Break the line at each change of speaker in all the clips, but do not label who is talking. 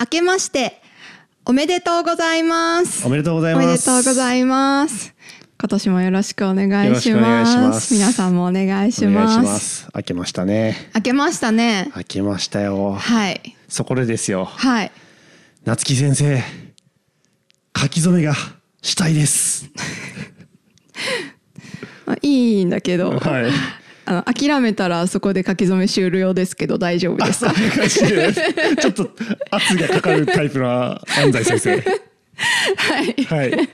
明けましておめでとうございます
おめでとうござい
お
ます。
めでとうございます今年もよろしくお願いし
よろしくお願
ま
い
す
します
皆さんもお願いします
お願いします。開けましたね。
明けましたね
開けましたよ。
はい
そこでですよ。
はい
夏木先生、書き初めがしたいです。
まあいいんだけど、
はい。
あの諦めたらそこで書き初め終了ですけど大丈夫
あ、
です
そう
か
いう感じで、 ちょっと圧がかかるタイプの安西先生。
はい
はい。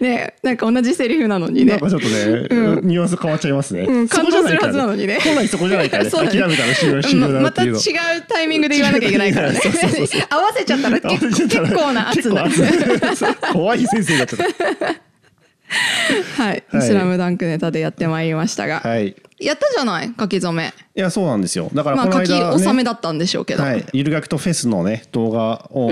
ねなんか同じセリフなのに
な
ね
んかちょっとね、
う
ニュアンス変わっちゃいますね。
うん
そこじゃないか
感動するは
ら
ずなのにね
本来そこじゃないからね。
そう
諦
だね
めたら終了終了だな
ま
って
た
い
違
う
う
の。
タイミングで言わなきゃいけない からね
そうそうそうそ
合わせちゃったら結構結構な圧
結構
な
圧怖い先生だった。
はい、
はい
スラムダンクネタでやってまいりましたが、
はい。い
やったじゃない書き初め
やそうなんですよ。だから
ま
こ
あ
の
書き
間、ね
納めだったんでしょうけど、
はい、ゆる学とフェスのね動画を、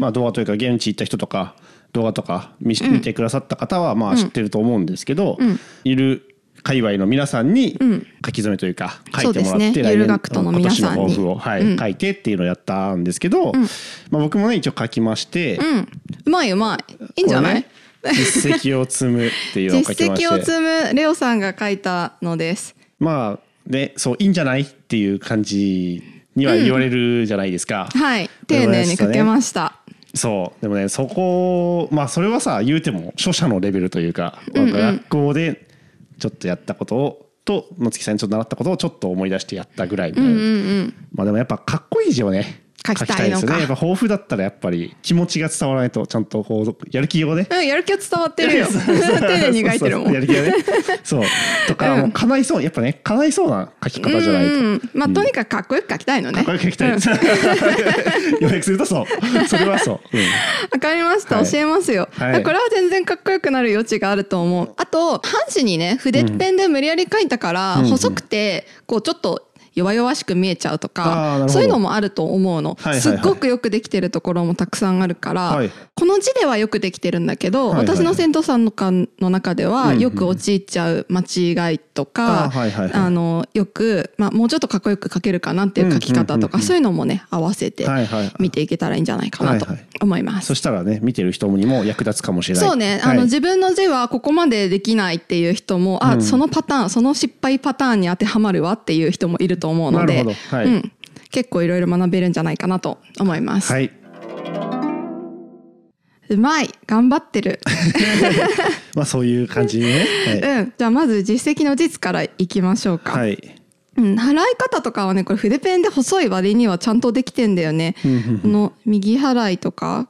まあ動画というか現地行った人とか動画とか見,、見てくださった方はまあ知ってると思うんですけど、ゆる界隈の皆さんに書き初めというか書いてもら
そうで
っ
す
て、
ね
来
ゆる
年の
学徒の皆さんに
今年の抱負を、はい書いてっていうのをやったんですけど、まあ、僕もね一応書きまして、
うんうまいうまいいいんじゃない、
これね実績を積むって いうのを書
実
きまして
績を積むレオさんが書いたのです
まあねそういいんじゃないっていう感じには言われるじゃないですか。
はい丁寧に書けました
そうでもねそこまあそれはさ言うても著者のレベルというか、なんか学校でちょっとやったことをと野月さんにちょっと習ったことをちょっと思い出してやったぐらいみたいな、まあでもやっぱかっこいい字をね
書きたいのか
ですよねやっぱ抱負だったらやっぱり気持ちが伝わらないとちゃんとこうやる気をね
うんやる気は伝わってるよ
そう
丁
そうそう
寧に書いてるもん
やる気がねそうとか、もう叶いそうやっぱね叶いそうな書き方じゃないと、
うんうんまあとにかくかっこよく書きたいのね
かっこよく書き たい、予約するとそうそれはそう、うん
わかりました、
はい
教えますよ、
はい
これは全然かっこよくなる余地があると思うあと半紙にね筆ペンで無理やり書いたから、細くてこうちょっと弱々しく見えちゃうと
あーなる
か
ほど
そういうのもあると思うの、
はいはいはい
すっごくよくできてるところもたくさんあるから、
はい
この字ではよくできてるんだけど、
はいはい
私の生徒さんの間の中ではよく陥っちゃう間違いと
あ
か
ーはいはいはい
あのよく、まあ、もうちょっとかっこよく書けるかなっていう書き方とか、そういうのもね合わせて
はいはい
見ていけたらいいんじゃないかなと
はいはい
思います
そ。したらね見てる人にも役立つかもしれない。
そうね、
は
あ
い
の自分の字はここまでできないっていう人も、あそのパターンその失敗パターンに当てはまるわっていう人もいると思うの
な
で、
るほどはい
うん、結構いろいろ学べるんじゃないかなと思います。
はい。
うまい頑張ってる、
まあそういう感じにね。
うん、じゃあまず実績の実からいきましょうか、
はい。はい。
うん、払い方とかはねこれ筆ペンで細い割にはちゃんとできてんだよね。この右払いとか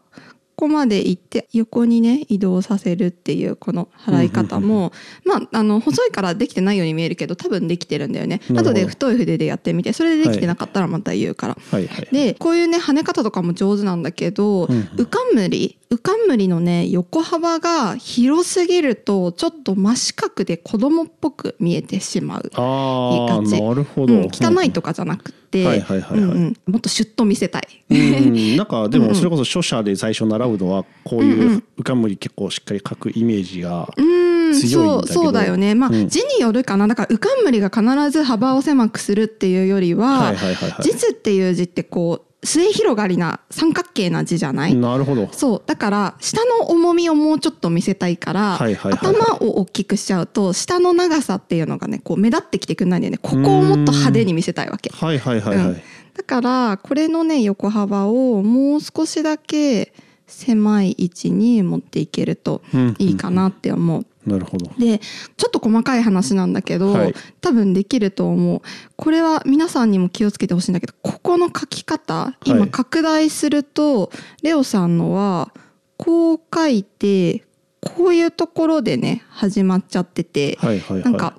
ここまで行って横にね移動させるっていうこの払い方もまああの細いからできてないように見えるけど多分できてるんだよね。
なる
後
ほど
で太い筆でやってみてそれでできてなかったらまた言うから。
はいはい。
でこういうね跳ね方とかも上手なんだけど、
ん
うかむりうかむりのね横幅が広すぎるとちょっと真四角で子供っぽく見えてしまう。
ああ
いい感じ
なるほど。
うん、汚いとかじゃなくて、
はいはいはいはい
うんうんもっとシュッと見せたい。
うん。なんかでもそれこそ著者で最初習うのはこういううかむり結構しっかり書くイメージが。
うん、
強いんだけど
そうそうだよね。まあ、
うん
字によるかな。だからうかんむりが必ず幅を狭くするっていうよりは、
はいはいはいはい
実っていう字ってこう末広がりな三角形な字じゃない。
なるほど。
そうだから下の重みをもうちょっと見せたいから、
はいはいはいはい
頭を大きくしちゃうと下の長さっていうのがねこう目立ってきてくんないんだよねここをもっと派手に見せたいわけ
はいはいはいは
う
い
ん。だからこれのね横幅をもう少しだけ狭い位置に持っていけるといいかなって思う。
なるほど。
でちょっと細かい話なんだけど、
はい
多分できると思うこれは皆さんにも気をつけてほしいんだけどここの書き方
は
今
い
拡大すると、レオさんのはこう書いてこういうところでね始まっちゃってて、
はいはいはい。
なんか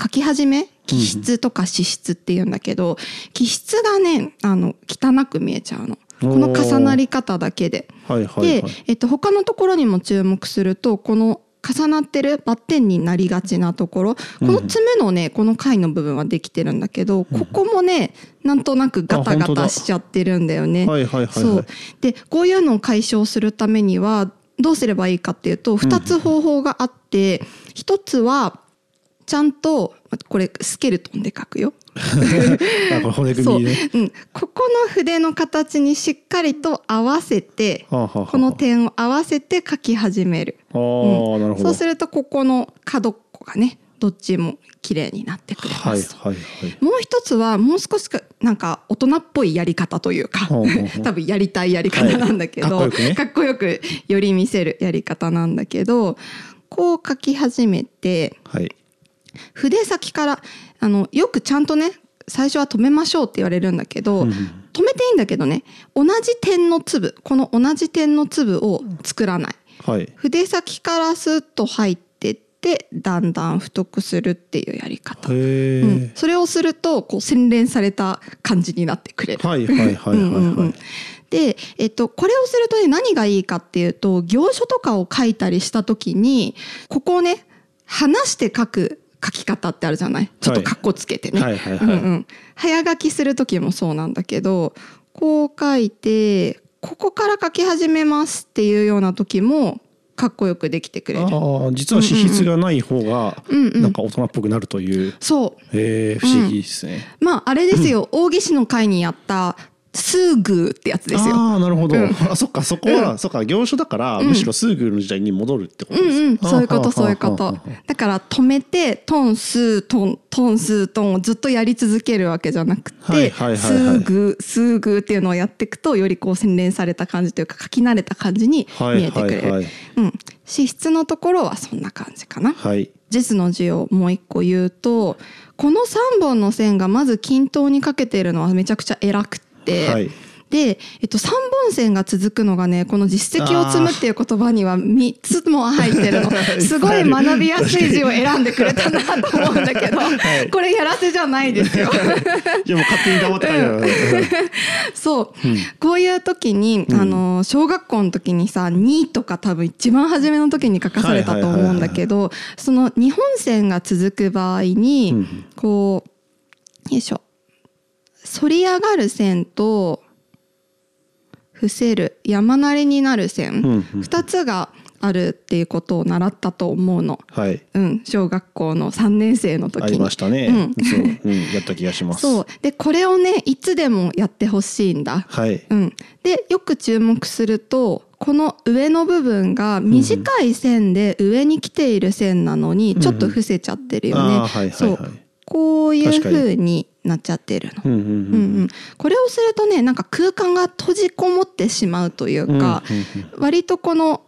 書き始め気質とか脂質っていうんだけど、気質がねあの汚く見えちゃうのこの重なり方だけで。
はいはいはい。
で、えっと、他のところにも注目するとこの重なってるバッテンになりがちなところこの爪のねこの貝の部分はできてるんだけどここもねなんとなくガタ
あ
ガ
本当
タ
だ
しちゃってるんだよね。
はいはいはいはい
そうでこういうのを解消するためにはどうすればいいかっていうと2つ方法があって1つはちゃんとこれスケルトンで書くよ。
あこれ骨
そう、う
組みね。
ん、ここの筆の形にしっかりと合わせて、
はあはあはあ
この点を合わせて書き始める。
ああ、なるほど。
そうするとここの角っこがねどっちも綺麗になってくれます。
はいはいはい。
もう一つはもう少しかなんか大人っぽいやり方というか
ほうほうほ う
多分やりたいやり方なんだけど、
はいかっこよくね
っこよくより見せるやり方なんだけどこう書き始めて
はい。
筆先からあのよくちゃんとね最初は止めましょうって言われるんだけど、
うん
止めていいんだけどね同じ点の粒この同じ点の粒を作らない。
はい。
筆先からスッと入ってってだんだん太くするっていうやり方、
へえ、
うん、それをするとこう洗練された感じになってくれる。
はいはいはいはいはい。
うんうんうんで、えっと、これをするとね何がいいかっていうと行書とかを書いたりした時にここをね離して書く書き方ってあるじゃないちょっとカッコつけてね。
はいはい
うんう
はい。
ん、早書きする時もそうなんだけどこう書いてここから書き始めますっていうような時もかっこよくできてくれる。
ああ、実は脂質がない方が、
うんうん
なんか大人っぽくなるという。
そ
へえ、不思議ですね。
うまああれですよ、大岸の会にやったスーグーってやつですよ。
ああ、なるほど。あ、そっか、そこは、そっか、業種だから、むしろスーグルの時代に戻るってこ
う
とです。
んうん、そういうこ
あ
と
あ
そういうこ
ああ
と
ああ
だから止めてトンスートントンスートンをずっとやり続けるわけじゃなくて、
はいはいはいはい
スーグースーグーっていうのをやっていくとよりこう洗練された感じというか書き慣れた感じに
はい
見えてくれる、
はいはい
うん、脂質のところはそんな感じかな。
はい。
ジェスの字をもう一個言うとこの3本の線がまず均等にかけているのはめちゃくちゃ偉くって、
はい
で、えっと、3本線が続くのがねこの実績を積むっていう言葉には3つも入ってるのすごい学びやすい 字を選んでくれたなと思うんだけど、
はい
これやらせじゃないですよ。
いや、もう勝手に黙ってないから。
そう、こういう時に、あの小学校の時にさ「2」とか多分一番初めの時に書かされたと思うんだけどその日本線が続く場合に、
うん
こうよいしょ反り上がる線と伏せる山なりになる線、
うんうん
2つがあるっていうことを習ったと思うの。
はい。
うん、小学校の3年生の時に
ありました
う
ね
ん。
そう、うん、やった気がします。
そうでこれをねいつでもやってほしいんだ
はい。
うん、でよく注目するとこの上の部分が短い線で上に来ている線なのにちょっと伏せちゃってるよ
うんうんあー
ね
はいはいはい。
そうこういう風になっちゃってるの。
うん、う
うん
ん、
うん、これをするとねなんか空間が閉じこもってしまうというか、割とこの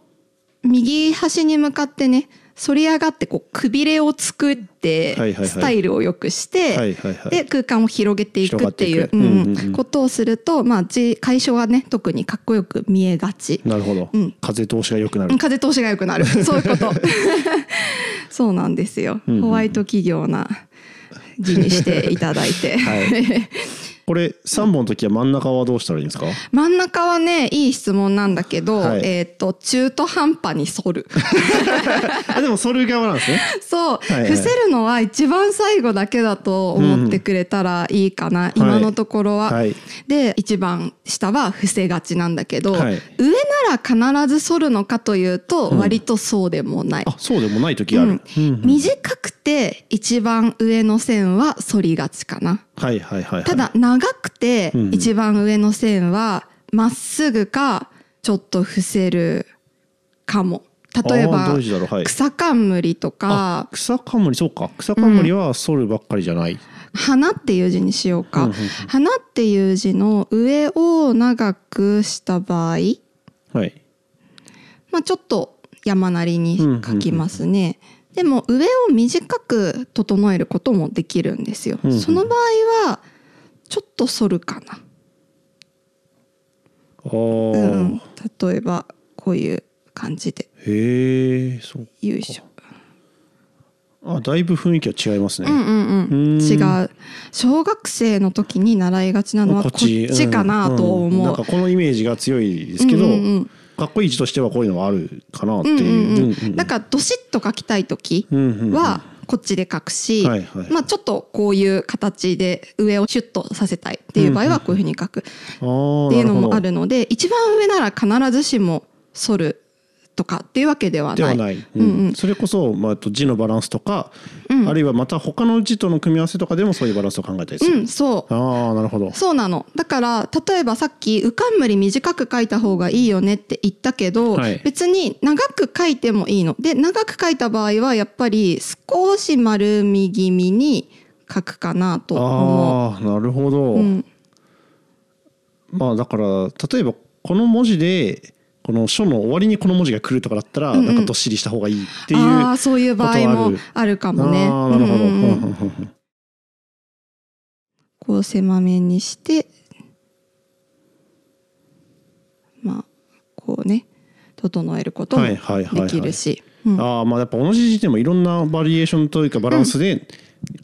右端に向かってね反り上がってこうくびれを作っ
はいはい
て
はい
スタイルを良くして、
はい、はい、はい。
で空間を広げていくっていう
広がっ
う
ていく
んうん
うんうんうん
ことをすると、まあ、字解消はね特にかっこよく見えがち
なるほど、
うん
風通しが良くな
う
る
ん。風通しが良く なるそういうこと そうなんですよ、
うんうん
ホワイト企業な字にしていただいて、
はこれ三本の時は真ん中はどうしたらいいんですか。
真ん中はねいい質問なんだけど、
はい
えっ、と中途半端に反 る
あ、でもそれ側なんですね。
そう、
いはい
伏せるのは一番最後だけだと思ってくれたらいいかな、今のところは、
はい。
で一番下は伏せがちなんだけど、
はい
上なら必ず反るのかというと割とそうでもない、
あ、そうでもない時ある。
うん
うんうん
短くて一番上の線は反りがちかな
はい、はい、はい。
た。だ長くて
うん
一番上の線はまっすぐかちょっと伏せるかも例え
あー
ば
どういう字だろうはい
草冠と
あ
か、
草冠、そうか、草冠は反るばっかりじゃない。
花っていう字にしようか、
うんうんうん
花っていう字の上を長くした場合
はい。
まあ、ちょっと山なりに書きますね。でも上を短く整えることもできるんですよ
うんうん。
その場合はちょっと反るかな。
ああ、
うん、例えばこういう感じで
へえ、そう。
よいしょ。
あ、だいぶ雰囲気は違いますね。
うんうんうん。
うーん
違う。小学生の時に習いがちなのはこっちかなと
うんうんなん
思
か
う。
このイメージが強いですけど、
うんうんうん
かっこいい字としてはこういうのはあるかなって
うんう
い
ん
う。
うん。だからどしっと書きたい時
うんうんうん
はこっちで書くし、
はいはい
まあちょっとこういう形で上をシュッとさせたいっていう場合はこういうふうに書く。
あー
っていうの
なほ
も
ど
あるので一番上なら必ずしも反るとかっていうわけではない。
ではない、
う
うんん
うん、
それこそ、まあ、あと字のバランスとか、あるいはまた他の字との組み合わせとかでもそういうバランスを考えたりす
う
る、
ん、そう。
ああなるほど
そうなのだから例えばさっき「うかんむり短く書いた方がいいよね」って言ったけど、
はい
別に長く書いてもいいの。で長く書いた場合はやっぱり少し丸み気味に書くかなと思
ああなるほど、
う。うん、
まあだから例えばこの文字でこの書の終わりにこの文字が来るとかだったら、
うんうん
なんかどっしりした方がいいっていう
ああそういう場合
ことあ
も
る
あるかもね。
あーなるほど、
うんうんうん
うんうんうん
こう狭めにしてまあこうね整えることも
はい
で
はいはいはい
きるしうん
ああまあやっぱ同じ字でもいろんなバリエーションというかバランスで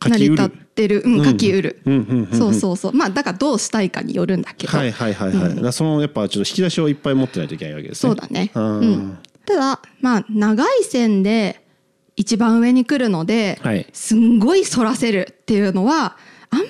書
成
き
り
うる、
立ってる、うん、書きうる、
うんうんうん
そうそうそうまあだからどうしたいかによるんだけど、
はいはいはいはい、だからそのやっぱちょっと引き出しをいっぱい持ってないといけないわけです
そ
ね
うだね、
あー
うん、ただまあ長い線で一番上に来るので、
はい
すんごい反らせるっていうのはあんま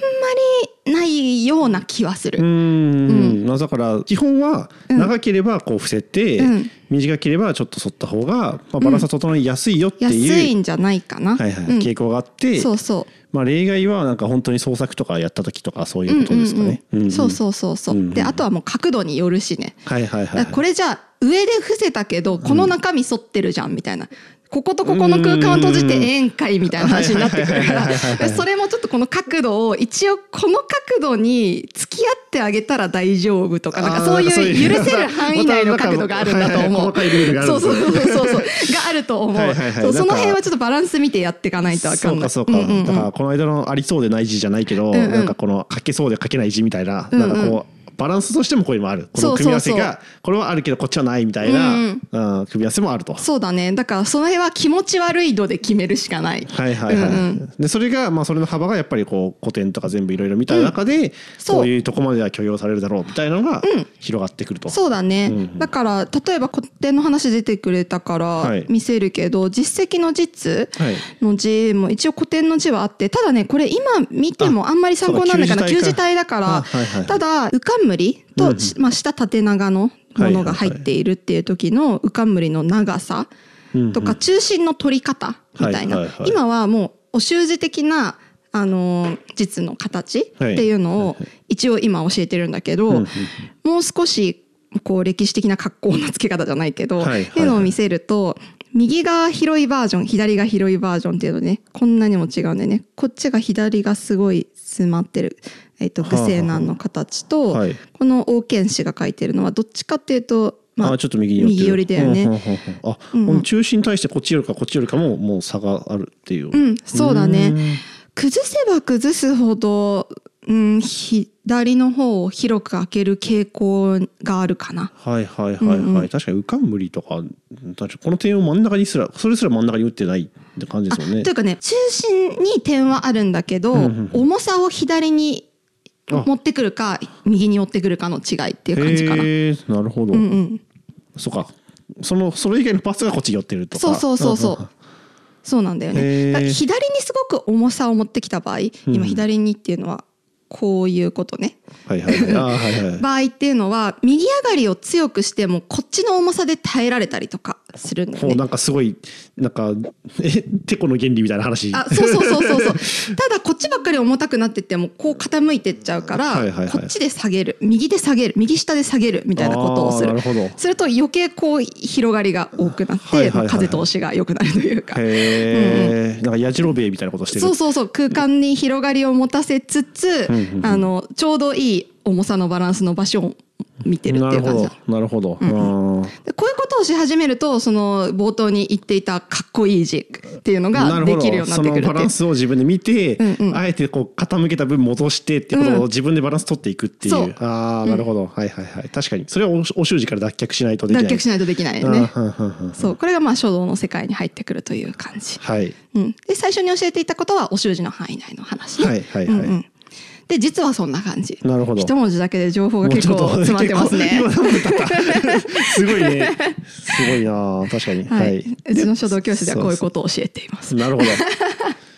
りないような気はする
う。ーんまあだから基本は長ければこう伏せて、
うん
短ければちょっと反った方がまあバランスは整いやすいよって
安
い、
いうんじゃないかな、
はいはい
うん
傾向があって、
そうそう
まあ、例外はなんか本当に創作とかやった時とかそういうことですかね。
うんうんうんそう
う
そうそうそう。
うんうん
であとはもう角度によるしね。
んはいはい
だか
はい
らこれじゃあ上で伏せたけどこの中身反ってるじゃんみたいな。こことここの空間を閉じてええんかいみたいな話になってくるか
はいはいはいはいは
ら
い
それもちょっとこの角度を一応この角度に付き合ってあげたら大丈夫とかなんかそう
あー
いう許せ
そうい
る
う
範囲内の角度があるんだと思
ま
う
たなんかはいはい細かいルールがある
そ
ん
う
だ
そうそうそうそうがあると思
は
う
いはいはい
そう
なんか
その辺はちょっとバランス見てやっていかないとあか
そ
ん
う
な
か
い
そうか、
んんん
だからこの間のありそうでない字じゃないけど、
んうん
なんかこの書けそうで書けない字みたいな,、なんかこうバランスとしてもこういうのもあるこ
そうそうそう
の組み合わせがこれはあるけどこっちはないみたいな、
う
うんん組み合わせもあると。
そうだねだからその辺は気持ち悪い度で決めるしかない。
はいはいはい、
うん
でそれがまあそれの幅がやっぱりこう古典とか全部いろいろ見た中で、
そう
こういうとこまでは許容されるだろうみたいなのが広がってくると、
そうだね、
うんうん
だから例えば古典の話出てくれたから
はい
見せるけど、実績の実
はい
の字も一応古典の字はあってただねこれ今見てもあんまり参考にならないかな
あそう
旧
だ
字体だから、
あはいはいはい
ただ「うかんむり」と、
うんうん
まあ、下縦長のものが入っているっていう時の「うかんむり」の長さとか中心の取り方みたいな、
はいはいはい
今はもうお習字的なあのー実の形っていうのを一応今教えてるんだけど、
うんうん
もう少しこう歴史的な格好のつけ方じゃないけど、
はいはいはい
っていうのを見せると右が広いバージョン左が広いバージョンっていうのねこんなにも違うんでねこっちが左がすごい詰まってる、えっと
はあはあ
複製難の形と、
はい
この王権氏が書いてるのはどっちかっていうと、まあ、
あ、ちょっと右寄ってる
右寄りだよね
うんうんうんうんあ、
うん
この中心に対してこっちよりかこっちよりかももう差があるっていう。
うんそうだね。
ん。
崩せば崩すほど、うん、左の方を広く開ける傾向があるかな。
はいはいはいはい、
うんうん
確かに浮かん無理とか確かにこの点を真ん中にすらそれすら真ん中に打ってないって感じですよね
というかね中心に点はあるんだけど、
うんうんうん
重さを左に持ってくるか右に寄ってくるかの違いっていう感じかな。
へーなるほど、
うんうん、
そうかそのそれ以外のパーツがこっち寄ってるとか
そうそうそうそう。そうなんだよ
へ
ね。
ー
だから左にすごく重さを持ってきた場合、
うん
今左にっていうのはこういうことね。
はいはいはいあーは いはい
場合っていうのは右上がりを強くしてもこっちの重さで耐えられたりとかするんだよ
こう
ね
な。んかすごいなんかえてこの原理みたいな話
あそうそうそうそうそうただこっちばっかり重たくなってってもこう傾いてっちゃうから、
はいはいはい
こっちで下げる右で下げる右下で下げるみたいなことをす
あ
る
ーなるほど
すると余計こう広がりが多くなって、
はいはいはいはい
まあ風通しが良くなるというか。
へえ、なんかやじろべえみたいなことしてる
そうそうそう空間に広がりを持たせつつ
うんうんうん
あのちょうどいい重さのバランスの場所を見てるっていう感じだ
なるほどなるほど、うん
でこういうことをし始めるとその冒頭に言っていたかっこいい字っていうの
な
が
るほ
で
ど
きるようになってくるって
そのバランスを自分で見て、
うんうん
あえてこう傾けた分戻してってこと
うん
を自分でバランス取っていくっていう、
そう
ああなるほど、はいはいはい確かにそれはおお習字から脱却しないとできない
脱却しないとできないよね。
うんうんうんうん
そうこれがまあ書道の世界に入ってくるという感じ。
はい
うん、で最初に教えていたことはお習字の範囲内の話ね。
はいはいはい
うんうんで実はそんな感じ。
なるほど
一文字だけで情報が結
もうちょ
構
っと
詰まってますね。
結構今のだった すごいねすごいな確かには、
はいい、うちの書道教室ではこういうことを教えています。
なる ほど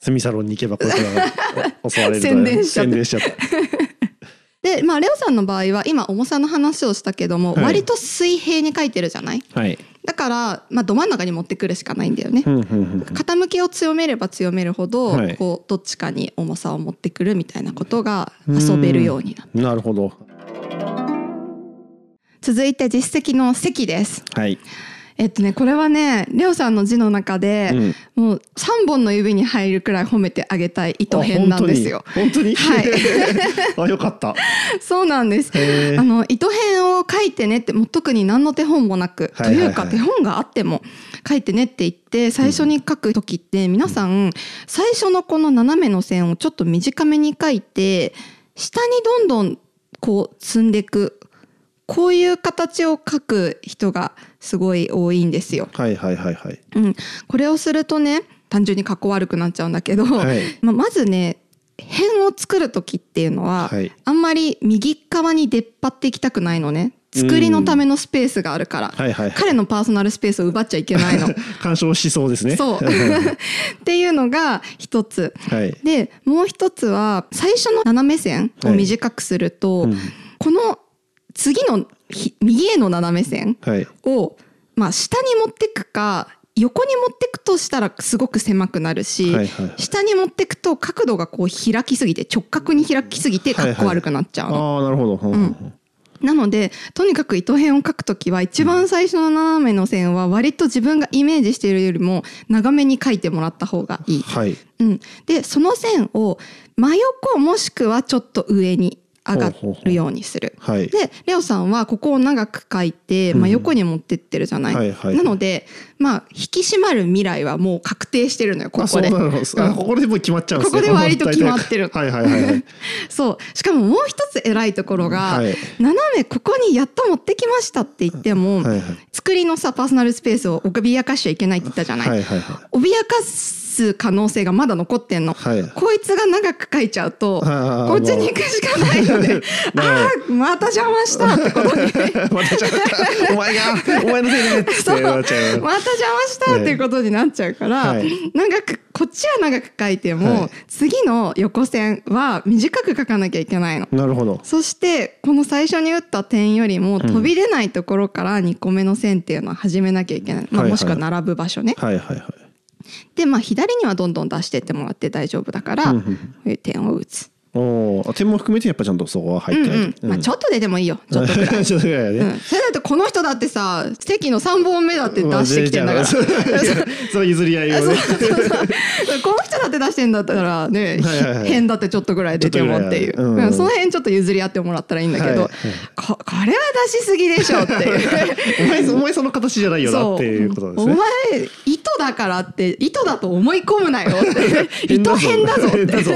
セミサロンに行けばこういうことが襲われると
宣伝しちゃった
宣伝しちゃった
で、まあレオさんの場合は今重さの話をしたけども、
はい
割と水平に書いてるじゃない。
はい。
だから、まあ、ど真ん中に持ってくるしかないんだよね。
うんうんうん
傾きを強めれば強めるほど、
はい
こうどっちかに重さを持ってくるみたいなことが遊べるようになる
なるほど
続いて実績の席です
はい、
えっとねこれはねレオさんの字の中で、
うん
もう3本の指に入るくらい褒めてあげたい意図編なんですよ
あ本当に
は
本
い
当に あよかった
そうなんです
へー
あの糸編を書いてねってもう特に何の手本もなく、
はいはいはい
というか手本があっても書いてねって言って最初に書く時って皆さん最初のこの斜めの線をちょっと短めに書いて下にどんどんこう積んでいくこういう形を書く人がすごい多いんですよ。
はいはいはいはい
うん、これをするとね単純にかっこ悪くなっちゃうんだけど、
はい
まあまずね辺を作る時っていうのは、
はい
あんまり右側に出っ張っていきたくないのね作りのためのスペースがあるから、
はいはい
彼のパーソナルスペースを奪っちゃいけない の。
干渉しそうですね
そうっていうのが一つ。
はい
でもう一つは最初の斜め線を短くすると、
うん
この次のひ右への斜め線
はい
を、まあ、下に持ってくか横に持ってくとしたらすごく狭くなるし、
はいはいはい
下に持ってくと角度がこう開きすぎて直角に開きすぎてかっこ悪くなっちゃうの。
ああなるほど、うん
うんなのでとにかく糸編を書くときは一番最初の斜めの線は割と自分がイメージしているよりも長めに書いてもらった方がいい。
はい
うん、でその線を真横もしくはちょっと上に上がるようにする。
はい
でレオさんはここを長く書いて、まあ、横に持ってってるじゃない,、
はいはい
なので、まあ、引き締まる未来はもう確定してるのよこ
あ
こ
そう
で。
なのあここでもう決まっちゃうんですね
ここで割と決まってる
はいはいはい はい
そうしかももう一つ偉いところが、
はい
斜めここにやっと持ってきましたって言っても、
はいはい
作りのさパーソナルスペースを脅かしちゃいけないって言ったじゃない、
はいはいはい
脅かす可能性がまだ残ってんの、
はい
こいつが長く書いちゃうと
あー
こっちに行くしかないので ああまた邪魔したってことに
またちゃったお前がお前のせいでっつ
そ
っ
う
て
また
なっちゃ
邪
う
魔したっていうことになっちゃうから、
はい
長くこっちは長く書いても、
はい
次の横線は短く書かなきゃいけないの。
なるほど
そしてこの最初に打った点よりも飛び出ないところから2個目の線っていうのは始めなきゃいけない、ま
は
あ、
いはい
もしくは並ぶ場所ね、
はいはいはい
でまあ左にはどんどん出してってもらって大丈夫だから
うん
こ
うんうん
ういう点を打つ、
おお点も含めてやっぱちゃんとそこは
う
入
ん
っ
う
てない
んまあ、ちょっと出てもいいよちょ っとくらい。
ちょっとぐらいだ
う
ね
ん、それだってこの人だってさ席の3本目だって出してきてんだか
まあ
ら、
全然違ういやそれ譲り合い をね
この人だって出してんだったらね、
はいはいはい
変だってちょっとぐらい出てもっていう、
ちょっとぐらい
う
あるうん
んその辺ちょっと譲り合ってもらったらいいんだけど、
はい
ここれは出しすぎでしょって いう。
お前お前その形じゃないよなっていうことです
お
ね
前糸だからって糸だと思い込むなよって
変だ
糸
ぞ
変だぞって
変だぞ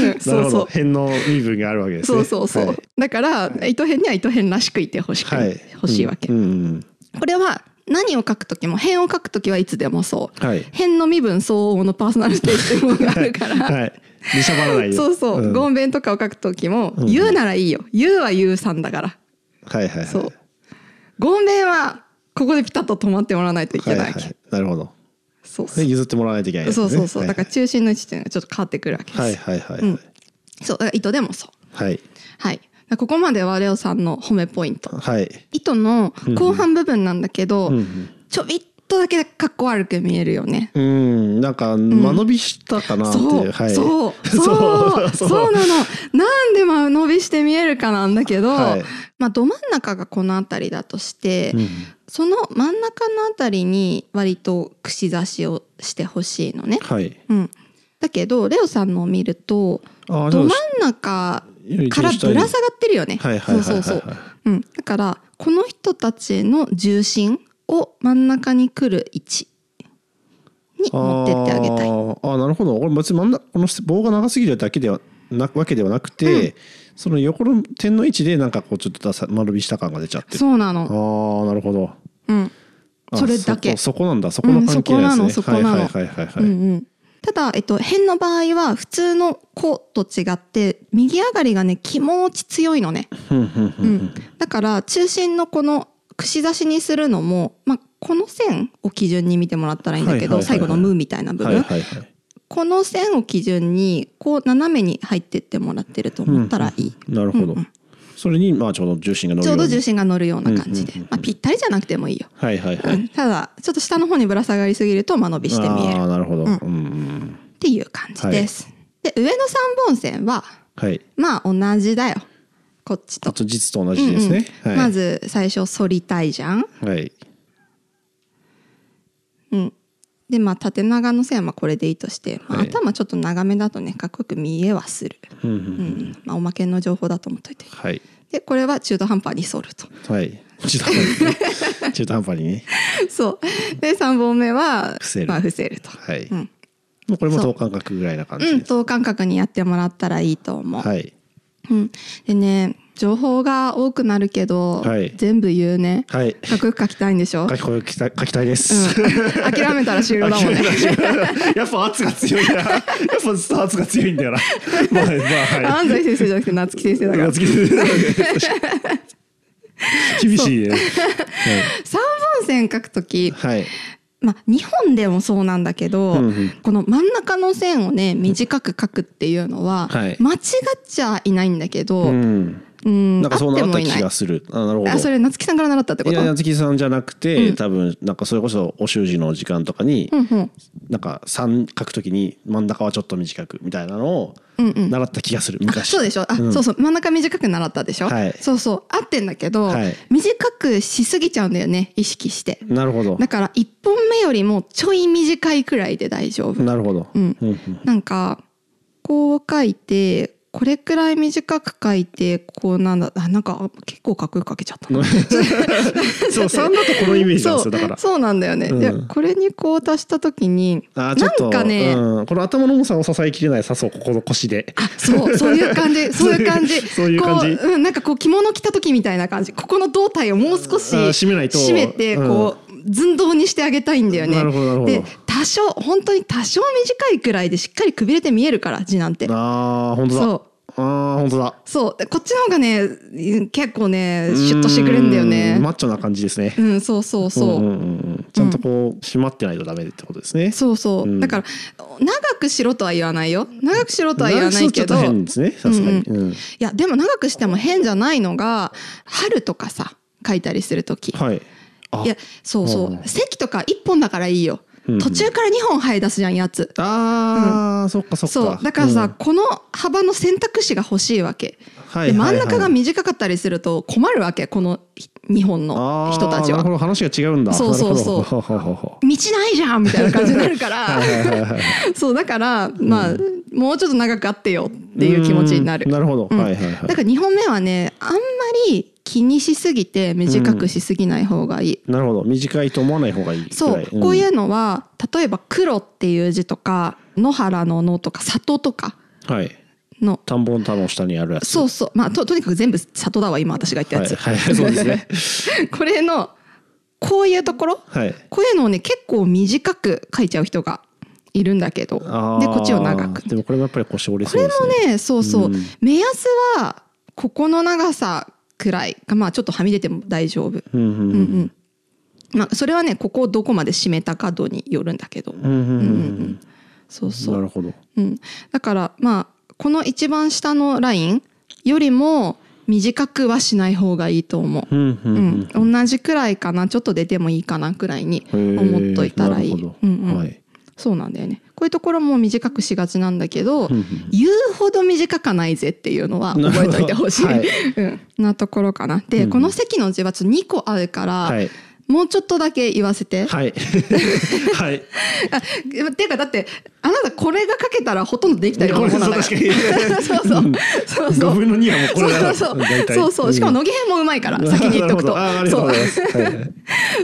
うん
な
そ
る
う
ほ
そ
ど
う
変の身分があるわけです
そ
ね
うそうそう、
はい
だから糸変には糸変らしくいてほしく、
はい
欲しいわけ、
うんうん
これは何を書くときも辺を書くときはいつでもそう、
はい
辺の身分相応のパーソナルスペースっていうものがあるから、
はい 出しゃばらないよ
そうそう、
ん
ゴンベンとかを書くときも、言うならいいよ言うは言うさんだから
はいはいはい
そうゴンベンはここでピタッと止まってもらわないといけ
は
ないい
は
わけ、
いなるほど
そうそう
で譲ってもらわないといけないです
そ
ね
うそうそう、
はい
だから中心の位置っていうのがちょっと変わってくるわけです、
はいはいはい
うんそうだから糸でもそう
はい
はいだからここまではレオさんの褒めポイント
はい
糸の後半部分なんだけど、
うんうん
ちょびっとだけかっこ悪く見えるよね
うんなんか間延びしたかなっていう
そう、
はい
そう
そ
そうう
そ
そううなのなんでまあ伸びして見えるかなんだけど、
はい
まあど真ん中がこの辺りだとして、
うん
その真ん中の辺りに割と串刺しをしてほしいのね、
はい
うん、だけどレオさんのを見ると
あーで
ど
も
真ん中からぶら下がってるよね。
はいはい
そ
は
う
いはい
そ
は
う
い
そう。うん、だからこの人たちの重心を真ん中に来る位置に持ってってあげた
あ
い。
ーあーなるほど俺別に真ん中この棒が長すぎるだけではなわけではなくて、その横の点の位置でなんかこうちょっと出さ丸びした感が出ちゃってる
そうな
ああ
の。
ーなるほど
うん、
あ
それだけ
そこそこなんだそこの関係なんですね、
うんそこなの
はい
そこ
はいはいはいは
うん
い、
うん。ただえっと辺の場合は普通の子と違って右上がりがね気持ち強いのね。
ふんふんふ
うんん。だから中心のこの串刺しにするのも、まあこの線を基準に見てもらったらいいんだけど、
はいはいはい
最
はい
後のムみたいな部分、
はいはいはい
この線を基準にこう斜めに入ってってもらってると思ったらいい。
なるほど、
うんうん
それにまあちょうど重心が乗る
ち
よ
ょ
う
う
に
ど重心が乗るような感じで、
うんうんうんうん
まあ、ぴったりじゃなくてもいいよ、
はいはいは
う
い
んただちょっと下の方にぶら下がりすぎると間延びして見える
ああ
っ
なるほど、う
うんん
うん、
ていう感じです、で上の3本線は
はい
まあ同じだよこっちと
後日と同じですね、
うんうん
はい、
まず最初反りたいじゃん、
はい
うん、でまあ縦長の線はこれでいいとして、まあ、
はい
頭ちょっと長めだとねかっこよく見えはする、
うんう
うんんまあ、おまけの情報だと思っといて
はい
でこれは中途半端に反ると
はい中途半端にね中途半端にね
そうで3本目は
伏せる
まあ、伏せると、
はい、
うん
もうこれも
そう
等間隔ぐらいな感じ
うん、
です、
等間隔にやってもらったらいいと思う、
はい
うん、でね情報が多くなるけど、
はい
全部言うね
はい
かっこよく書きたいんでしょ、うん
書、きこよきた書きたいです、
諦めたら終了だもんね
やっぱ圧が強いな。やっぱずっと圧が強いんだよな。まあまあはい。
安西先生じゃなくて夏木先生だから
が強い。厳しいね。
3本線書くとき
はい。
まあ、日本でもそうなんだけど、
うんうん
この真ん中の線をね短く書くっていうのは、
はい
間違っちゃいないんだけど、う
うんん。なんかそうなった気がする。あ、なるほど。
あそれ夏木さんから習ったってこ
い
と
や
う
夏木さんじゃなくて、
うん
多分なんかそれこそお習字の時間とかに、
んうん
なんか3書くときに真ん中はちょっと短くみたいなのを
うんうん
習った気がする、
あ
昔
そうでしょあ、
うん
そうそう真ん中短く習ったでしょ、
はい
そうそう合ってんだけど、
はい
短くしすぎちゃうんだよね意識して
なるほど
だから1本目よりもちょい短いくらいで大丈夫
なるほど、
うん
うんうん
なんかこう書いてこれくらい短く書いてこうなんだあなんか結構かっこよく書けちゃったな
そう3だとこのイメージなんです
そう
よだから
そうなんだよね、
うん
でこれにこう足した時にな
あーちょっと
んかね、
うん、この頭の重さを支えきれない笹をここの腰で
あそうそういう感じそういう感じ
そういう感じ
こう、うん、なんかこう着物着た時みたいな感じここの胴体をもう少し
あー締めないと
締めてこう、寸胴にしてあげたいんだよね
なるほどなるほど
で多少本当に多少短いくらいでしっかりくびれて見えるから字なんて
あー本当だ
そう
あー本当だ
そうでこっちの方がね結構ねシュッとしてくれるんだよ
うーん
ね
マッチョな感じですね
うんそうそうそう、
んんうんちゃんとこう締まってないとダメってことですね、
そうそう、
うん
だから長くしろとは言わないよ長くしろとは言わないけど
長くす
い
るとちょっと変ですねさすがに、
うん
うん
やでも長くしても変じゃないのが春とかさ書いたりする時、
はいあ
い、やそうそう、
うん
席とか1本だからいいよ、
うんうん
途中から2本生え出すじゃんやつ、
あー、そっかそっか
そうだからさ、この幅の選択肢が欲しいわけ、
はい
で
は
真
いはい
ん中が短かったりすると困るわけこの2本
あ
の
ー
人たち
なるほ
は。
ど話が違うんだ
そうそうそう
なるほどほうほうほ
道ないじゃんみたいな感じになるか
う
ら
はいはいはいはい
そうだからまあ、もうちょっと長くあってよっていう気持ちになる
うーんなるほど、
うん
はいはいはい
だから2本目はねあんまり気にしすぎて短くしすぎない方がいい、
なるほど短いと思わない方がいい
そ
くら
うこう
う
い
ん
うのは例えば「黒」っていう字とか「野原の野」とか「里」とか
はい
の
田んぼの田の下にあるやつ
そうそうまあととにかく全部里だわ今私が言ったやつ、
はいはいそうです ね
これのこういうところ
はい
こういうのをね結構短く書いちゃう人がいるんだけどで
あー
こっちを長く
でもこれもやっぱりこう絞り
こ
そう
れ
ですね
もねそうそう、
うん
目安はここの長さくらいがまあちょっとはみ出ても大丈夫、うん
うんう
うんんまあ、それはねここをどこまで締めたか度によるんだけど
うんうんうんう
うんうん
ん
そう
うん
そ
な
う、
るほど
うん、だからまあこの一番下のラインよりも短くはしない方がいいと思
うんう
う、うんん同じくらいかなちょっと出てもいいかなくらいに
うん
思っといたらいい、
へーなるほ
う
ど
んうん
はい
そうなんだよねこういうところも短くしがちなんだけど、
うんうん
言うほど短かないぜっていうのは覚えといてほしい、
なる
うん、なところかなで、
うん
この席の字はちょっと2個あるから、
はい
もうちょっとだけ言わせ て、
はい はい
あっていうかだってあなたこれが書けたらほとんどできたようなもん なんだから そうそうそう そ
5
う
分の2はもうこれだから
そうそう
大体
そうそうしかも
ん
乃木編もうまいから先に言っとくと
なるほどあーあ
そう
りがとうございますはいはい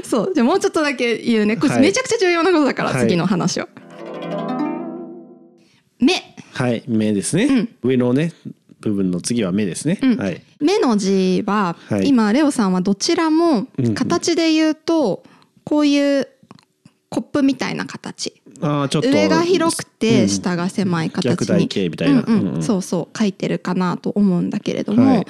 そうじゃあもうちょっとだけ言うねこ
は
れ
い
めちゃくちゃ重要なことだから、
はい
次の話を目
はい目ですね上のね部分の次は目ですね
うん
はい
目の字は、
はい
今レオさんはどちらも
うんうん
形で言うとこういうコップみたいな形
ああちょっと
上が広く
う
て
ん
下が狭い
逆
形
台
に、
形みた
う
い
ん
な
うん
うん
そうそう書いてるかなと思うんだけれども、
はい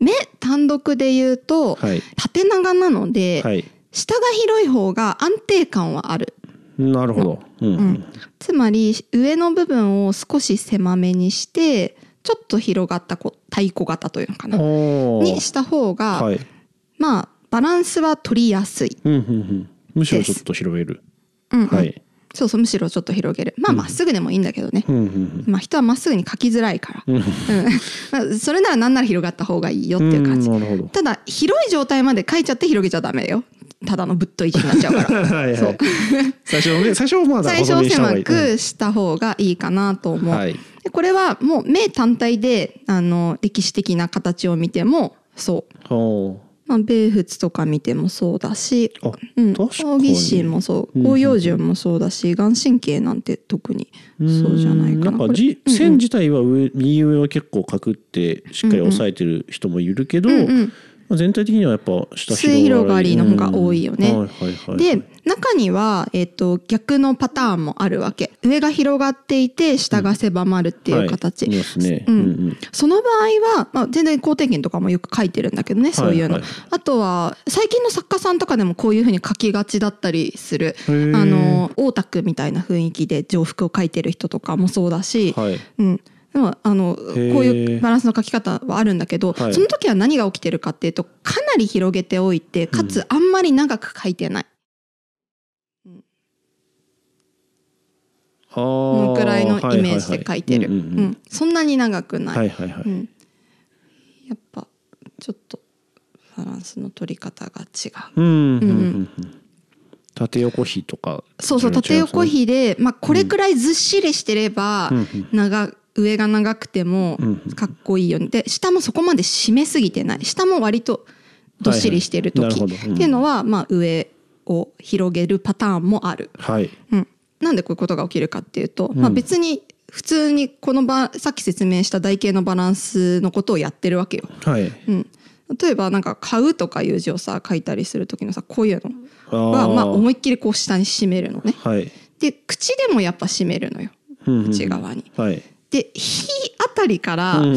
目単独で言うと、
はい
縦長なので、
はい
下が広い方が安定感はある、
なるほどうん
うんつまり上の部分を少し狭めにしてちょっと広がったこう太鼓型というのかな
おー
にした方が、
はい
まあバランスは取りやすい、
うんうんうんむしろちょっと広げる
うんうん
はい
そうそうむしろちょっと広げるまあまっすぐでもいいんだけどね、
うんうん
まあ、人はまっすぐに書きづらいから、
うん
うんまあそれならなんなら広がった方がいいよっ
う
て
ん
いう感じ
なる ほど
ただ広い状態まで書いちゃって広げちゃダメよただのぶっとい字になっちゃうから
はいはい最初ね最初はまだ
最
細
小
身にした方が
狭
いいうん
くした方がいいかなと思う、
はい
でこれはもう目単体であの歴史的な形を見てもそう、
おー
まあ、米仏とか見てもそうだし
あ
うん、
確かに
義心もそう
うん
紅葉樹もそうだし眼神経なんて特にそうじゃないかな
うんん
こ
か
れ
じ
うんうん
線自体は上右上を結構隠ってしっかり抑えてる人もいるけど、
うんうん
まあ全体的にはやっぱ下
末広がりの方が多いよね
うんはいはいはいはい、
で中には、えっと逆のパターンもあるわけ上が広がっていて下が狭まるっていう形、
はいいますね。
うん
うん
その場合は、まあ、全然肯定権とかもよく書いてるんだけどねそういうの、
はいはい
あとは最近の作家さんとかでもこういうふうに書きがちだったりするあ
へえ
の大田区みたいな雰囲気で洋服を書いてる人とかもそうだし、
はい。
うん、でもあのこう
へえ
いうバランスの書き方はあるんだけど、
はい
その時は何が起きてるかっていうとかなり広げておいてかつあんまり長く書いてない。
こ
このくらいのイメージで書いてる、
はいは
うんそんなに長くない、
はいはいはい。
うん、やっぱちょっとバランスの取り方が違う
うんうんうん
う
うん縦横比とか。
そうそう縦横。比で、まあ、これくらいずっしりしてれば
うんうん
長、上が長くても
うん
かっこいいよねで下もそこまで締めすぎてない下も割とどっしりしてる時、
はいはいなるほどうん
っていうのは、まあ、上を広げるパターンもある。
はい。
うん、なんでこういうことが起きるかっていうと、まあ、別に普通にこのばさっき説明した台形のバランスのことをやってるわけよ。
はい。
うん、例えばなんか「買う」とかいう字をさ書いたりする時のさこういう
あ
のはまあ思いっきりこう下に締めるのね。
はい。
で口でもやっぱ締めるのよ
うんうんうん
内側に。
はい。
で「ひ」あたりから、
うんうん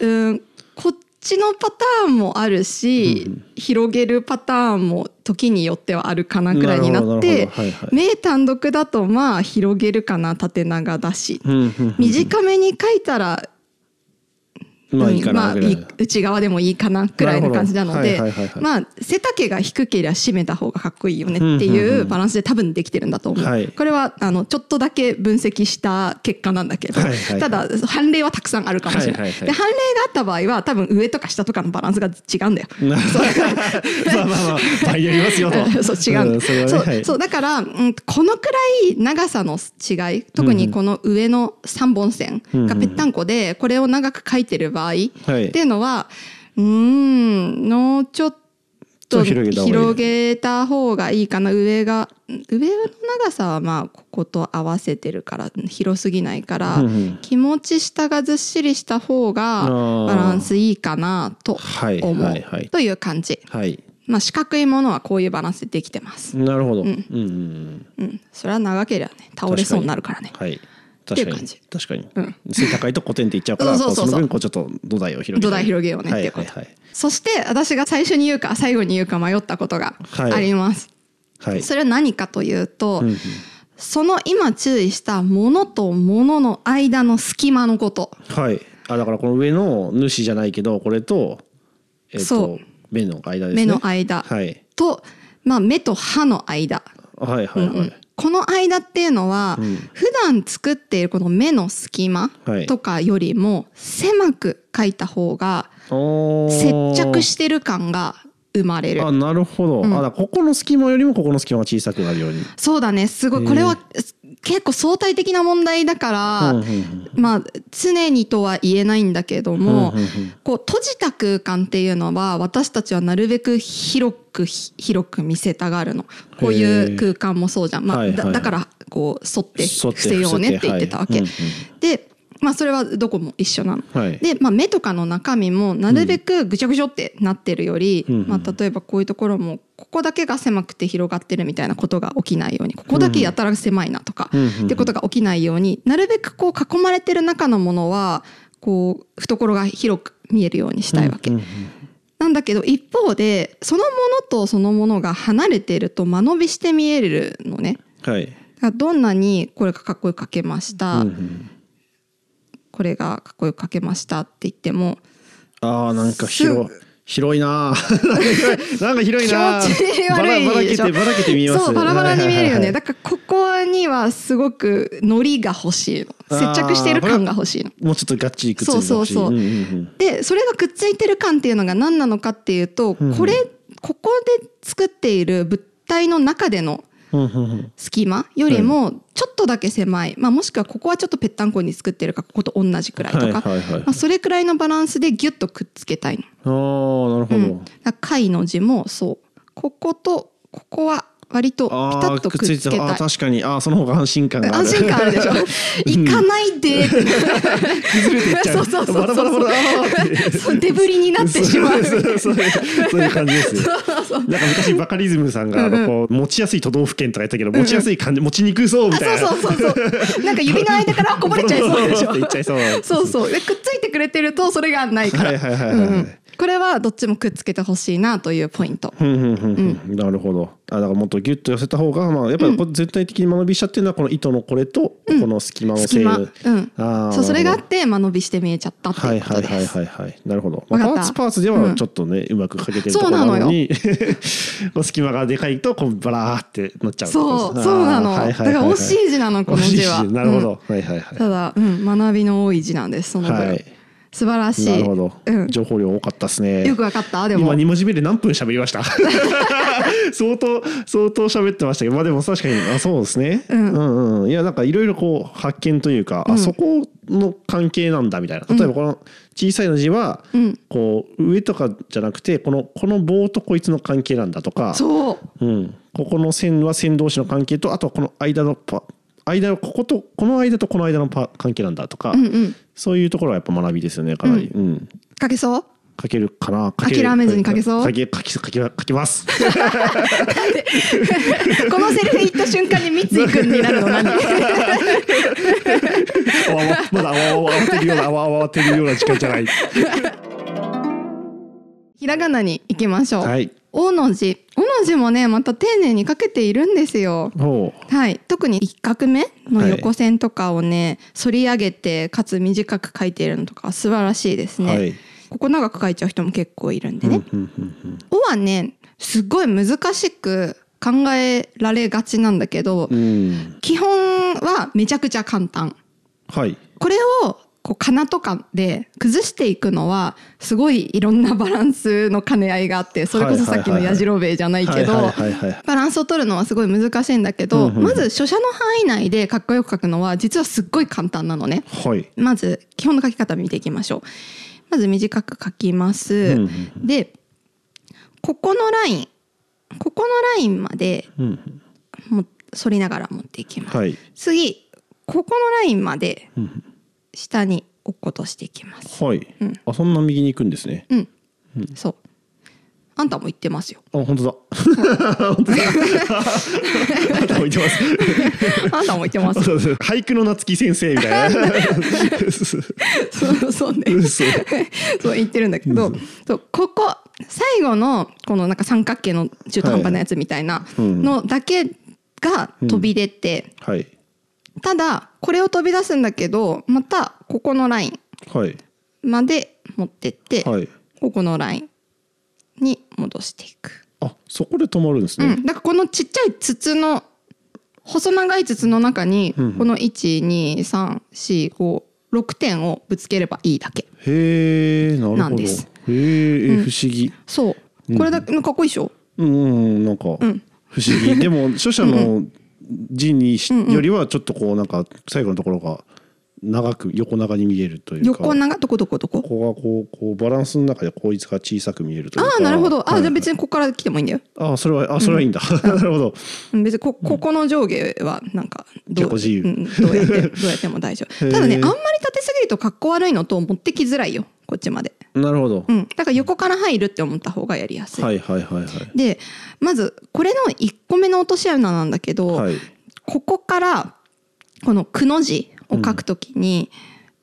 うん、こっちのパターンもあるし、広げるパターンも時によってはあるかなぐらいになっ
なる
て
ほどなるほどはいはい
目単独だとまあ広げるかな縦長だし
うんうん
短めに書いたら、
うんまあ
うん
いいか
ま
な
あ
ぐらい
いい内側でもいいかなぐらいの感じなので
なるほどはいはいはいはい
まあ背丈が低ければ締めた方がかっこいいよねっていうバランスで多分できてるんだと思う、
はい
これはあのちょっとだけ分析した結果なんだけど、
はいはいはい
ただ判例はたくさんあるかもしれない,、
はいはいはい
で判例があった場合は多分上とか下とかのバランスが違うんだよ。
なまあまあまあ倍やりますよと。
そう違うん
んそれはね
そう
はい
そうだから、うん、このくらい長さの違い特にこの上の3本線がぺったんこでこれを長く書いてる場合っていうのはうーんのちょっと
ちょっと広げた方が
広げた方がい
いい
いかな上が上の長さはまあここと合わせてるから広すぎないから、
うんうん
気持ち下がずっしりした方
あ
が
ー
バランスいいかなと
はい
思う、
はいはい
という感じ。
はい。
まあ、四角いものはこういうバランスでできてます。
なるほど。うんんうん。
うん、それは長ければね、倒れそうになるからね。
はい。
てい
確
う
か
感
に
じ。
確かに
うん。
背高いと古典って言っちゃうから、
そうそうそうそう
その分こうちょっと土台を広げ
土台広げようねっ
は
てい
いう
こ
は
と
いはい。
そして私が最初に言うか最後に言うか迷ったことがあります。
はい。
それは何かというと、
うんうん
その今注意したものとものの間の隙間のこと。
はい。あだからこの上の主じゃないけどこれとえっ、
そ
と目の間です
目
ね。
の間
はい
と、まあ、目と歯の間。
はいはいはい。
うんうんこの間っていうのは、
うん
普段作っているこの目の隙間
はい
とかよりも狭く描いた方が
お
接
ー
着してる感が生まれる
あなるほど。
ん
あだからここの隙間よりもここの隙間が小さくなるように。
そうだねすご
へ
い
え
これは結構相対的な問題だから、
うんうんうん
まあ常にとは言えないんだけども、
うんうんうん
こう閉じた空間っていうのは私たちはなるべく広くひ広く見せたがるのこうい
へえ
う空間もそうじゃん、まあ
はいはいはい
だだからこう沿って
沿
伏
って
せようねって言ってたわけ。
伏せてはい
でまあそれはどこも一緒なの。
はい。
で、まあ、目とかの中身もなるべくぐちゃぐちゃってなってるより、
うん
まあ、例えばこういうところもここだけが狭くて広がってるみたいなことが起きないようにここだけやたら狭いなとか、
うん
ってことが起きないようになるべくこう囲まれてる中のものはこう懐が広く見えるようにしたいわけ。
うんうん
なんだけど一方でそのものとそのものが離れてると間延びして見えるのね。
はい。
だからどんなにこれがかっこよく描けました、
うんうん
これがかっこよく書けましたって言っても
あーなんか広広いなあ なんか広いなあ
気持ち
ば
悪
ら
い
ばらけ
でしょ
てばらけて見えます
そうバラバラに見えるよ
はいはいはい
ねだからここにはすごくノリが欲しいの接着している感が欲しいの
もうちょっとガッチリくっついてほしい
そうそうそうん
ん
でそれがくっついてる感っていうのが何なのかっていうと
うん
これここで作っている物体の中での
うんうんうんうん
隙間よりもちょっとだけ狭い、まあ、もしくはここはちょっとぺったんこに作ってるかここと同じくらいとか、
はいはいはい
まあ、それくらいのバランスでギュッとくっつけたいの。
あーなるほど、
うん、だから貝の字もそうこことここは割とピタ
あ
ッ
ー
とくっつけた
あ
い
ー。確かにあーその方が安心感がある
安心感ある でしょ行かないで
崩れていっちゃう
そうそうそうそう
バラバラバラあーって
そうデブリになってしまうみたいな
そうそうそうそういう感じですねなんか昔バカリズムさんがあのこう持ちやすい都道府県とか言ったけど持ちやすい感じ持ちにくそうみたいな
そうそうそうそうなんか指の間からこぼれちゃいそうでしょ
ボロボロボロボロって言っ ちゃいそうなんです
そうそうでくっついてくれてるとそれがないから
はいはいはいはいはい
うんうんこれはどっちもくっつけてほしいなというポイント
うんうんうんうんなるほどあだからもっとギュッと寄せた方が、まあ、やっぱりこれ全体的に間延びしちゃってるのはこの糸のこれとこの隙間を
隙
制
間、
御
うん、
あー
そうそれが
な
あ
るほ
っ
ど
て間延びして見えちゃったって
はいいう
こ
は
と
い
で
はい
す
はいはいなるほど、まあ、
わ
パ
かった
ーツパーツで
う
は
ん
ちょっとね、うまくかけてると
そ
こ
うな
ろ
の
な
よ
のに まあ隙間がでかいとこうバラーってなっちゃうって
そ
こと
う
ですね
そうなの、
あーはいはい
だから
はいはい
惜しい字なのこの字は
惜しいなるほど、
うん
はいはいはい
ただ、うん、学びの多い字なんですその分、
はい
素晴らしい
なるほど、
うん、
情報量多かったですね
よくわかったでも
今2文字目で何分喋りました 相当相当喋ってましたけどまあでも確かにあそうですね、
うん
うんうんいやなんかいろいろこう発見というか、あそこの関係なんだみたいな例えばこの小さいの字は、
うん
こう上とかじゃなくてこのこの棒とこいつの関係なんだとか
そう
うん、ここの線は線同士の関係とあとはこの間のパ間のこことこの間とこの間のパ関係なんだとか、
うんうん
そういうところはやっぱ学びですよねかなり、うん
書けそう
書けるかな書ける
諦めずに書けそう
書け書き書き書きます
このセリフ言った瞬間に三井君になるの何
あわわまだあわあわ慌てるようなあわあわ慌てるような時間じゃない
ひらがなに行きましょう、
はい
おの字おの字もねまた丁寧に書けているんですよ
ほ
はい特に一画目の横線とかをね、反り上げてかつ短く書いているのとか素晴らしいです
う
ね、
はい
ここ長く書いちゃう人も結構いるんでね、
うんうん
おはねすごい難しく考えられがちなんだけど、
うんうん
基本はめちゃくちゃ簡単
はい
これをこう金とかで崩していくのはすごいいろんなバランスの兼ね合いがあってそれこそさっきの
はいはいはいはい
やじろべえじゃないけ
はい
ど
はいはいはい
バランスを取るのはすごい難しいんだけど
うんうんうん
まず書写の範囲内でかっこよく書くのは実はすっごい簡単なのね。
はい
まず基本の書き方見ていきましょう。まず短く書きます。
うんうん
でここのラインここのラインまで
うん
も反りながら持っていきます。
はい
次ここのラインまで
うん
下に落っことしていきます。
はい
うん
あそんな右に行くんですね
うん、そう。あんたも言ってますよ。
あ本当だ本当だ置いてます
あんたも言ってます。
そうそう俳句の夏木先生みたいな
そうそうね。
嘘
そう言ってるんだけど、そうここ最後のこのなんか三角形の中途半端なやつみたいな
うん
のだけが飛び出て、
はい
ただこれを飛び出すんだけど、またここのライン
はい
まで持ってって、
はい
ここのラインに戻していく。
あそこで止まるんです
う
ね、
ん、だからこのちっちゃい筒の細長い筒の中に
うん
この12345 6点をぶつければいいだけ
へえなるほど
なんです
へーえ、
うん
不思議
そうこれだけ、かっこいいでしょ
うんうんなんか不
うん
思 議、でも著者の字にし
うんうん
よりはちょっとこうなんか最後のところが長く横長に見えるというか
横長どこどこどこ
ここがこうこうバランスの中でこいつが小さく見えるというか
ああなるほどあ、
はい
じゃあ別にここから来てもいいんだよ
あそれはあそれはいいんだ、 なるほど
うん別にこここの上下はなんか
じゃあご自由
うん、どうやって どうやっても大丈
へ
夫
ー
ただねあんまり立てすぎるとかっこ悪いのと持ってきづらいよこっちまで、
なるほど、
うん、だから横から入るって思った方がやりやすい、
はいはいはいはい
でまずこれの1個目の落とし穴なんだけど、
はい
ここからこの「く」の字を書くときに、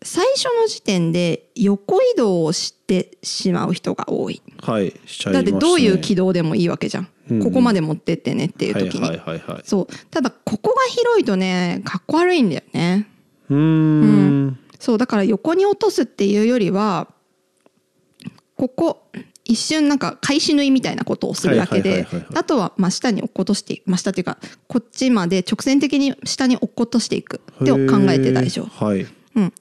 最初の時点で横移動をしてしまう人が多い。
はいしちゃい
だ
ま
っ
すね
てどういう軌道でもいいわけじゃん、
うん
ここまで持ってってねっていう時に、
はいはいはいはい
そうただここが広いとねかっこ悪いんだよね
うーん
そうだから横に落とすっていうよりはここ一瞬なんか返し縫いみたいなことをするだけ
はいはい
で
はいはいはい
あとは真下に落っことして真下っていうかこっちまで直線的に下に落っことしていくって考えてたでしょ
へ。ーはい
うん、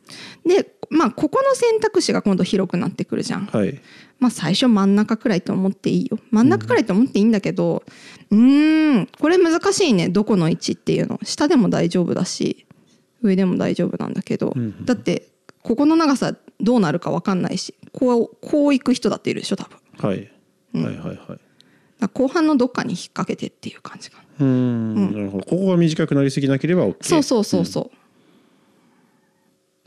でまあここの選択肢が今度広くなってくるじゃん。
はい
まあ最初真ん中くらいと思っていいよ真ん中くらいと思っていいんだけどうーんこれ難しいねどこの位置っていうの下でも大丈夫だし上でも大丈夫なんだけど、
うんうん
だってここの長さどうなるか分かんないしこうこう行く人だっているでしょ多分だか
はい、はいはいはい
ら後半のどっかに引っ掛けてっていう感じかな、
うーんなるほどここが短くなりすぎなければ OK
そうそうそうそう、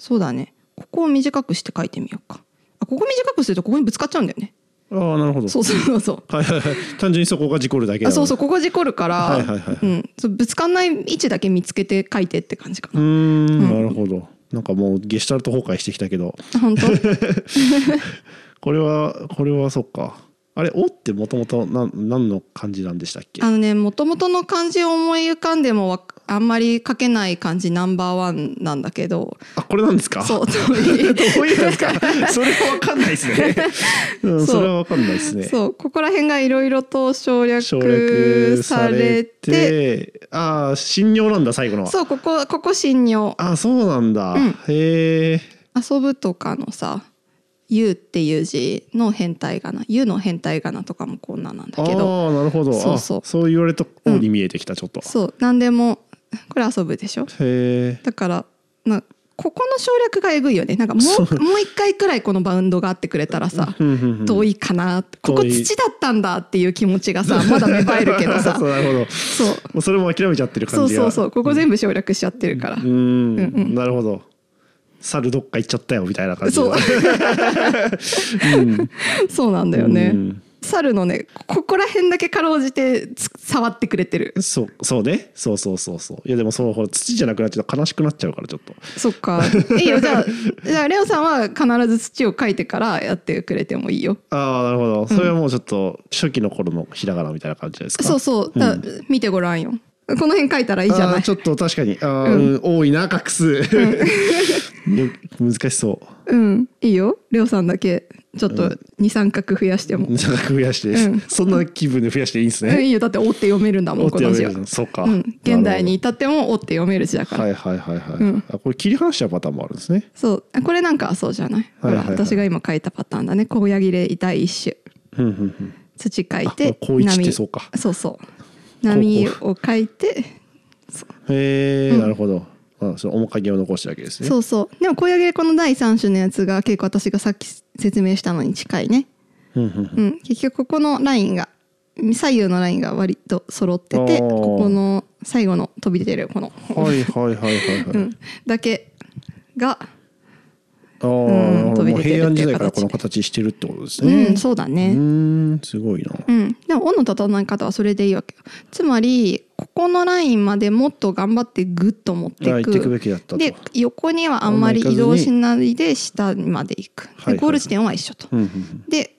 そうだねここを短くして書いてみようかあここ短くするとここにぶつかっちゃうんだよね
ああなるほど
そうそうそうそう
はいはいはい単純にそこが事故るだけだ
あそうそう
う
ここ事故るから、
はいはいはいはい
うん、そうぶつかんない位置だけ見つけて書いてって感じか
うー
な、
んなるほどなんかもうゲシュタルト崩壊してきたけど
本 当
これはこれはそっかあれ「お」ってもともと何の漢字なんでしたっけ
あのねもともとの漢字を思い浮かんでもわあんまり書けない漢字ナンバーワンなんだけど
あこれなんですか
そう
どういうやつか それは分かんないです ね、うん、
そう
それは分かんないですね
そうここら辺がいろいろと省略
省
さ
略さ
れ
れ
て
てああ信尿なんだ最後のは
そうここここ信用
あそうなんだ、
うん
へえ
遊ぶとかのさ「ゆ」っていう字の変態仮名「ゆ」の変態仮名とかもこんななん
あ
だ
あ
けど
ーなるほど
そう
あ
そう
そう言われたように見えてきたちょっと、
そう何でもこれ遊ぶでしょ
へえ
だからなここの省略がえぐいよねなんかも
そう
うもう一回くらいこのバウンドがあってくれたらさ遠
い
いかなってここ
遠い
土だったんだっていう気持ちがさまだ芽生えるけどさ
そうなるほども
そう
うそれも諦めちゃってる
そ
感
う
じ
そ
が
うそうここ全部省略しちゃってるから、
うーん
うんうん
なるほど猿どっか行っちゃったよみたいな感じ
そう そうなんだよね、
うん
猿のねここら辺だけかろうじてつ触ってくれてる
そうそうねそうそうそうそういやでもそのほら土じゃなくなっちゃうと悲しくなっちゃうからちょっと
そっかいいよじゃあじゃあレオさんは必ず土を描いてからやってくれてもいいよ
ああなるほどそれはもうちょっと初期の頃のひらがなみたいな感じですか
そうそうだから見てごらんよこの辺描いたらいいじゃ
あ
な
ー
い
ちょっと確かにあー、うん多いな画数、 ね難しそう
うん、いいよ。レオさんだけちょっ
う
と二三角増やしても。
長く増やして、
うん
そんな気分で増やしていいんです
うん
ね、
いいよ。だって「お」って読めるんだも
お
ん。
って
この
やめ
字
る
は。
のそうか、
うん、現代に至っても「お」って読める字だから。
はいはいはいはい、
うん
あこれ切り離しちゃうパターンもあるんですね
そう、あこれなんかそうじゃない。ほら、
はいはいはい
私が今書いたパターンだね。高野切れ第一種。
うんうんうん
土書い
あ
て、
こう一ってそうか
そうそう。波を書いて。
へえ、なるほど。あ、その面影を残しただけですね。
そうそう。でも高野切れこの第三種のやつが結構私がさっき説明したのに近いね。
うんうん
うん、結局ここのラインが左右のラインが割と揃ってて
おー
ここの最後の飛び出てるこの、
うんはいはいはいはいはい。
うん、だけが、
ああ、
うん飛び
もう
出て
平
るっ
安
てい
時
う形
代からこの形してるってことです
う
ね。
ん、そうだ
う
ね、
ん、すごいな。
うん、でも「お」の整え方はそれでいいわけよつまりここのラインまでもっと頑張ってグッと持ってい
あ
く
行ってくべきだったと。
で横にはあんまり移動しないで下まで行く、
はいはい
でゴール地点は一緒と、
うんうんうん
で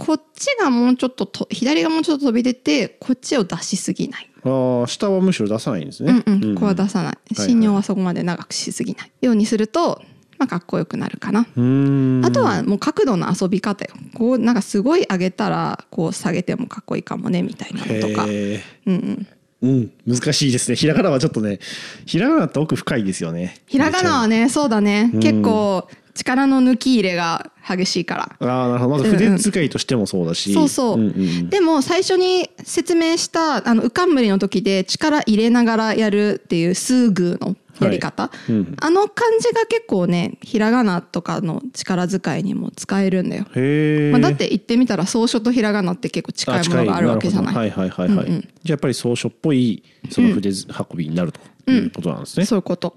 こっちがもうちょっとと左がもうちょっと飛び出てこっちを出しすぎない
ああ、下はむしろ出さないんです
う
ね
ん。うん、ここは出
さ
さない
いはい
信用はそこまで長くしすぎないようにすると、まあ、かっこよくなるかな、
うん。
あとはもう角度の遊び方よこうなんかすごい上げたらこう下げてもかっこいいかもねみたいなのとか、
へえ。
うんうん、
うん、難しいですね。ひらがなはちょっとね、ひらがなって奥深いですよね。
ひらがなは
ね。
ねそうだね、
うん
結構力の抜き入れが激しいから。
ああ、なるほど。まず筆使いとしてもそうだし。
そうそうん
ん
でも最初に説明したあの浮かんむりの時で力入れながらやるっていうスーグーのやり方、
うんうん
あの感じが結構ねひらがなとかの力使いにも使えるんだよ。
へえ。
まあ、だって言ってみたら草書とひらがなって結構近いものがあるわけじゃない
あ近いるほどはいはいはいはい、
うんうん
じゃあやっぱり草書っぽいその筆運びになるということなんですね、
そういうこと。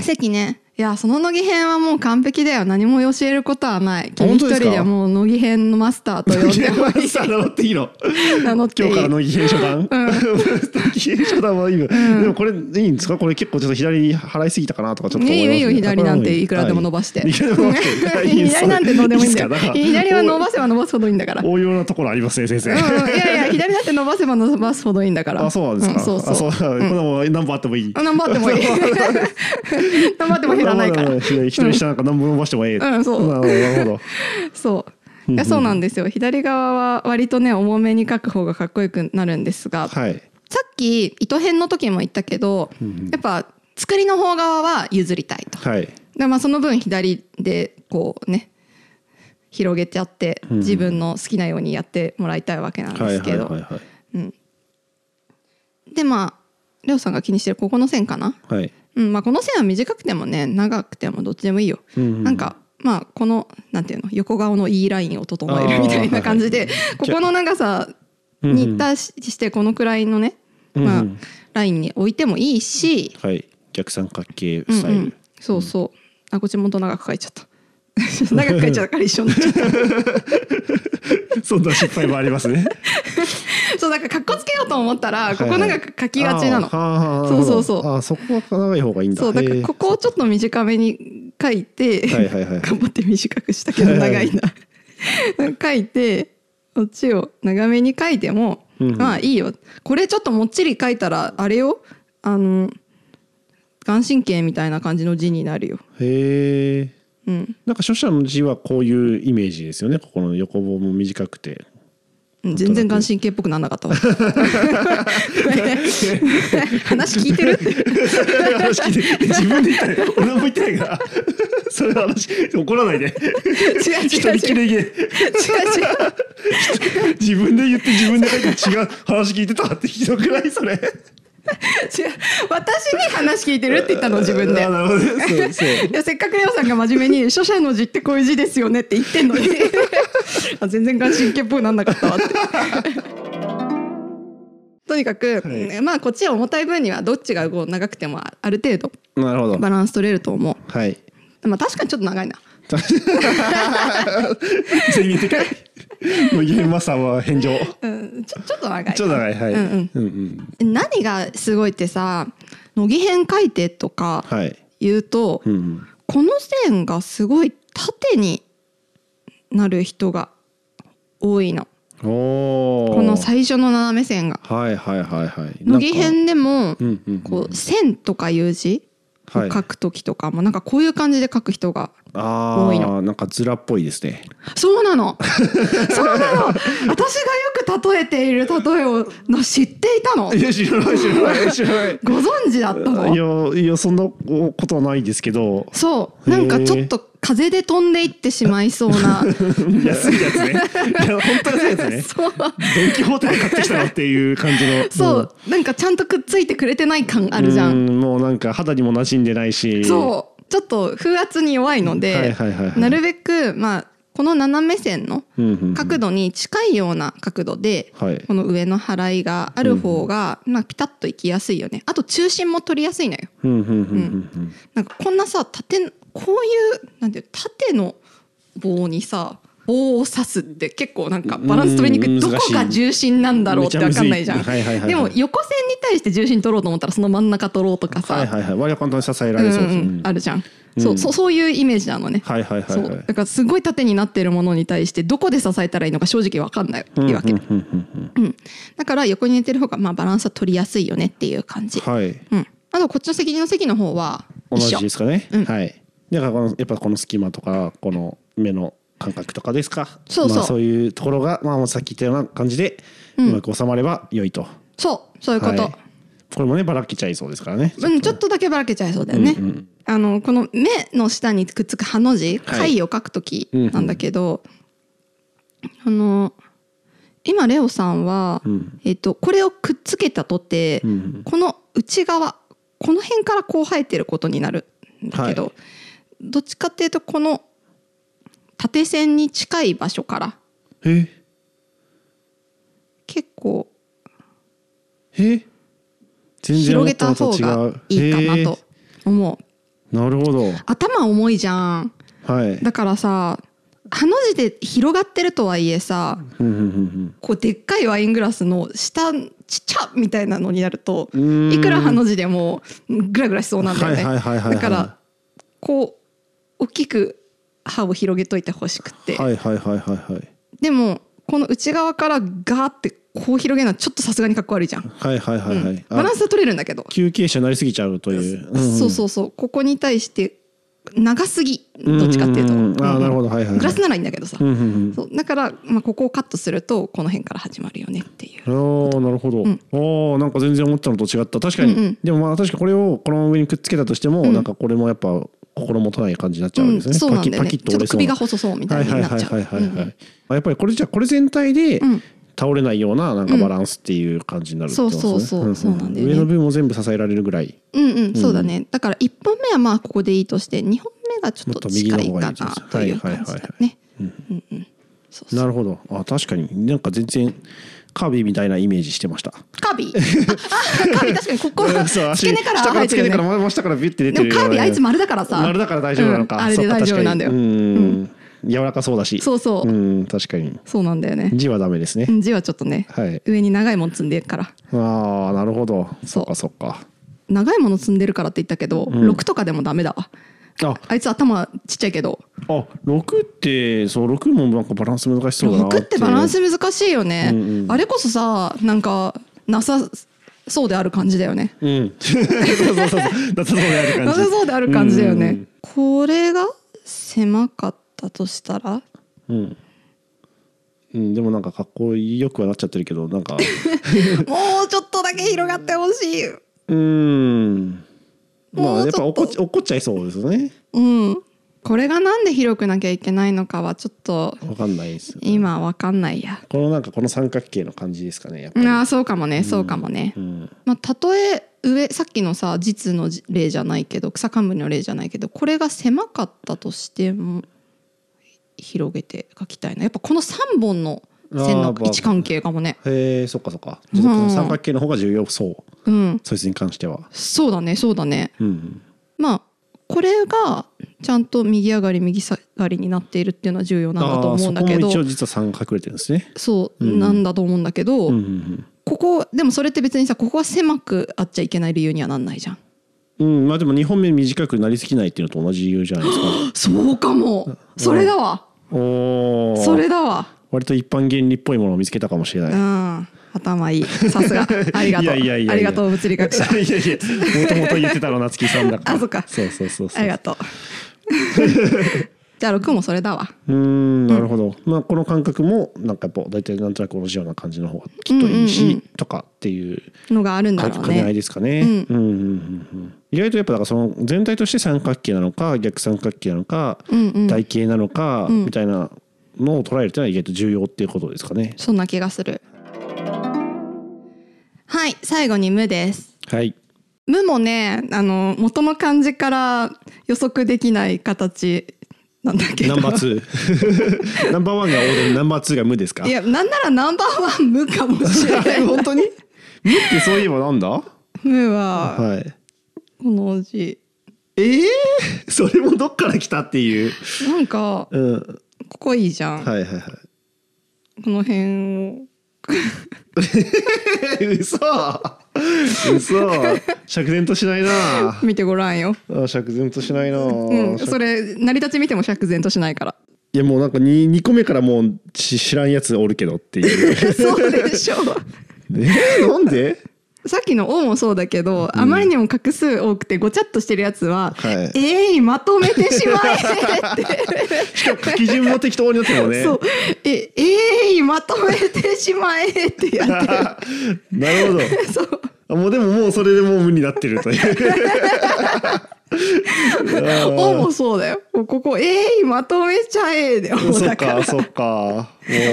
席ねいやその乃木編はもう完璧だよ何も教えることはない君
本
一
当です
人
か
でもう乃木編のマスターと呼んでもいい
さあ名乗っていいの
名乗っていい
今日から乃木編初段乃木編初段はいいよでもこれいいんですかこれ結構ちょっと左に払いすぎたかなとかちょっと思います
いいよいいよ左なんていくらでも伸ばして
はいいくらでも伸ばしていいっす
左なんてどうでもいいんだよ
いっすか
左は伸ばせば伸ばすほどいいんだから
応用なところありますね先生
うんうんい やいや左だって伸ばせば伸ばすほどいいんだから
あそうなんですか、
んそうそう
あそう、こんなもん何本あってもいい
頑張って もいい頑張っても減らないから
一人下なんか何本伸ばしてもええ、
うんそう
なるほどなるほど
そういやそうなんですよ左側は割とね重めに書く方がかっこよくなるんですがさ
はい
っき糸編の時も言ったけどやっぱ作りの方側は譲りたいと
はい
でまあその分左でこうね広げちゃって
うん
自分の好きなようにやってもらいたいわけなん
は
です
いはい
け
は
ど
いはい
でまありょうさんが気にしてるここの線かな
はい
うんまあこの線は短くてもね長くてもどっちでもいいよ
うん
なんかまあこのなんていうの横顔の E ラインを整えるみたいな感じで、ここの長さに達してこのくらいのね、
うん
ま
う
あ
ん、
ラインに置いてもいいし、
はい逆三角形
うん
スタイル、
うんそうそうあこっちもっと長く書いちゃった 長く書いちゃったから一緒にな っちゃっ
そんな失敗もあります ね
たそうなんかかっこつけようと思ったらここ長く書きがちなの、
あーはーはー
そうそうそう
あーそこは長い方がいいんだ
そうだか
へ
ら
ー
ここをちょっと短めに書いて、
はいはいは い
頑張って短くしたけど
はいはい
長いな 書いてこっちを長めに書いても、
うん
まあいいよこれちょっともっちり書いたらあれよあの眼神経みたいな感じの字になるよ、
へえ
うん、
なんか書写の字はこういうイメージですよねここの横棒も短くて
うん全然眼神経っぽくなんなかったわ話聞いて るって
話聞いて自分で言ったよ俺何も言ってないから それは話怒らないで
違う
人
違う
見き
違う違う違う
りで自分で言って自分で書いて違う話聞いてたってひどくないそれ
違う私に話聞いてるって言ったの自分 で
あなるほどねそうそう
いやせっかくレオさんが真面目に「書写の字ってこういう字ですよね」って言ってん のにあ全然眼神経っぽくなんなかったわって。 とにかく、
はい
まあこっちは重たい分にはどっちがこう長くてもある程度
なるほど
バランス取れると思
はい
う。まあ確かにちょっと長いな。
全員的かい もうゲームマスターは返上
うん、ちょちょっと長い
ちょっと長いはい、
うんうん
うんうん
何がすごいってさ乃木編書いてとか
はい、
言うと、
うんうん、
この線がすごい縦になる人が多いの。
おお
この最初の斜め線が
はいはいはいはい
乃木
なんか
編でも
うんうんうん
こう線とかいう字を
はい
書く時とかもなんかこういう感じで書く人が
あ
多い
あ
の
なんかズラっぽいですね
そうな のそうなの私がよく例えている例えをな知っていたの
いや知らない知ら ない知らない
ご存知だったの
いやいやそんなことはないですけど
そうなんかちょっと風で飛んでいってしまいそうな
安いやつ ねいや本当安いや つね
そう
ドン・キホーテで買ってきたのっていう感じの
そう、なんかちゃんとくっついてくれてない感あ
うん
るじゃん
うんもうなんか肌にも馴染んでないし
そうちょっと風圧に弱いので、
はいはいはいはい
なるべくまあこの斜め線の
うんうんうん
角度に近いような角度で、
はい
この上の払いがある方が、まあ、ピタッといきやすいよねあと中心も取りやすいのよ
うんうんうんうん
なんかこんなさ縦こういうなんていう縦の棒にさ棒を刺すって結構なんかバランス取りにくい
うん
どこが重心なんだろうって分かんないじゃん
めちゃむずいはいはいはいはい
でも横線に対して重心取ろうと思ったらその真ん中取ろうとかさ、
はいはいはい割と簡単に支えら
うんうん
れそうですね
あるじゃん、そうそうそういうイメージなのね、
はいはいはい
そ
は
う
い
だからすごい縦になってるものに対してどこで支えたらいいのか正直わかんないわけ、
うんうんうん
うん、だから横に寝てる方がまあバランスは取りやすいよねっていう感
う
じ、
んはい
うん、あとこっちの責任の席の方は
同
一
じ
緒
ですかね
うん
はいだからこのやっぱこの隙間とかこの目の感覚とかですか
そうそう
まあ、そういうところが、まあ、さっき言ったような感じでうまく収まれば良いと、
そうそういうこと、
はいこれもねばらけちゃいそうですからね
うん、ちょっとだけばらけちゃいそうだよね、あのこの目の下にくっつくハの字
はい
貝を書くときなんだけど、あの今レオさんは、
うん
えっとこれをくっつけたとて、
うんうん
この内側この辺からこう生えてることになるんだけど、
はい
どっちかっていうとこの縦線に近い場所から
え
結構
え全然
広
思
げ
った
た
のと
方
違
が
う
いいかなと思う。
なるほど
頭重いじゃん
はい
だからさハの字で広がってるとはいえさ
うんうん
こうでっかいワイングラスの下ちっちゃみたいなのになると
うーん
いくらハの字でもグラグラしそうなんだよね
はいはいはいはいはい
だからこう大きく歯を広げといてほしくて、
うんはいはいはいはいはい
でもこの内側からガーってこう広げるのはちょっとさすがにかっこ悪いじゃん、
はいはいはいは
うん
いあ
バランスは取れるんだけど、
休憩者になりすぎちゃうという、
そうそうそうここに対して長すぎどっちかっていうと、
うんうんうんあーなるほどはいはいはい
グラスならいいんだけどさ、
うんうんうん
そうだから、まあ、ここをカットするとこの辺から始まるよねっていう
あーなるほど、あーなんか全然思ったのと違った確かに、
うんうん
でもまあ確かこれをこの上にくっつけたとしても、なんかこれもやっぱ心もとない感じになっちゃうんですね、
うんそうなんだよね
パキッパキッと折れそ
ちょっと首が細
う
そうみたいになっちゃう
はいはいはいはいはいはいあやっぱりこれじゃこれ全体で
ん
倒れないようななんかバランスっていう感じになるってことですね、
そうそうそうん
ん
そうなんだよね
上の部分も全部支えられるぐらい
うんうん、そうだねだから1本目はまあここでいいとして2本目がちょっと近いかなという感じだねうんうんそうそう
なるほどあ確かになんか全然カービィみたいなイメージし てました
カービィああカービィ確かにここ
そう足
付け根から
下か
生
ら
えて
付け
る
根から
よね
真下からビュッて出て
で
る
もカービィあいつ
ま
丸だからさ
丸だから大丈夫なのか、
うんあれで
そっか
大丈夫なんだよ
確かにうん柔らかそうだし
そうそう
うん確かに
そうなんだよね
字はダメですね、
うん字はちょっとね、
はい
上に長いもの積んでるから
ああなるほど
そ
そうっかそっか
長いもの積んでるからって言ったけど、
ん
6とかでもダメだわ
あ
あいつ頭ちっちゃいけど
あ6ってそう6もなんかバランス難しそうだな
6ってバランス難しいよね、
うんうん
あれこそさなんかなさそうである感じだよね
うん そうそうそうだそうである
な
感
さ
じ
そうである感じだよね、
うん
これが狭かったとしたら
うん、うん、でもなんかかっこよくはなっちゃってるけどなんか
もうちょっとだけ広がってほしい
うんまあ
も
や
う
っ
ち
ぱ
ょっと
怒っち怒っちゃいそうですね
うんこれがなんで広くなきゃいけないのかはちょっと
わかんないですよね
今わかんないや
このなんかこの三角形の感じですかねやっぱり、
ああそうかもねそうかもね、
うん、
まあ、たとえ上さっきのさ実の例じゃないけど草冠の例じゃないけどこれが狭かったとしても広げて書きたいなやっぱこの3本の線
あ
の
ー
位置関係かもね
へえそっかそっか
うん
ちょっとこの三角形の方が重要そう
うん
そいつに関しては
そうだねそうだね
うん
まあこれがちゃんと右上がり右下がりになっているっていうのは重要なんだと
あー
思う
そ
ん
こ
だ
も
けど
一応実は三隠れてるんですね
そう
うん
なんだと思うんだけど、
うんうん
ここでもそれって別にさここは狭くあっちゃいけない理由にはなんないじゃん
うん、うん、まあでも二本目短くなりすぎないっていうのと同じ理由じゃないですか
そうかもそれだわ
おお
それだわ
割と一般原理っぽいものを見つけたかもしれない
うん、頭いい。さ すが。ありがとう。
いやいやいやいや
ありがとう、物理学者。
いやいやもともと言ってたの夏木さんだから
あそっか
そうそうそうそう
ありがとう。 じゃあ、6もそれだわ。
うーんなるほど、まあこの感覚もなんかやっぱ大体なんとなく同じような感じの方がきっといいし、
うんうんうん
とかっていう
のがあるんだ
か
ろう
組合
ね。
ですかね、
うん
うんうんうんうん意外とやっぱだからその全体として三角形なのか逆三角形なのか、
うんうん
台形なのか、
うん
みたいなのを捉えるっていうのは意外と重要っていうことですかね。
そんな気がする。はい、最後に無です。
はい、
無もね、あの、元の漢字から予測できない形なんだけど。
ナンバーツー ナンバーワンがオーデンナンバーツーが無ですか
いや、なんならナンバーワン無かもしれない。
本当に無ってそういえばなんだ
無は、
はい
この字。
ええそれもどっから来たっていう、
なんか、
うん、
ここいいじゃん。
はいはいはい
この辺を。
え 嘘嘘釈然としないな
見てごらんよ。
あ釈然としないな、
うん、
釈
それ成り立ち見ても釈然としないから
いやもうなんか 2, 2個目からもう知知らんやつおるけどっていう
そうでしょう
えなんで
さっきの「お」もそうだけど、あまりにも画数多くてごちゃっとしてるやつは「
はい
えいまとめてしまえ!」って
しかも書き順も適当になってるもんね
そう「ええいまとめてしまえ!」ってや ってる
なるほど
そう
あもうでももうそれでもう無になってる という
「お」もそうだよもうここ「えいまとめちゃえ!」で「お」
そっ
だか。
からそっかも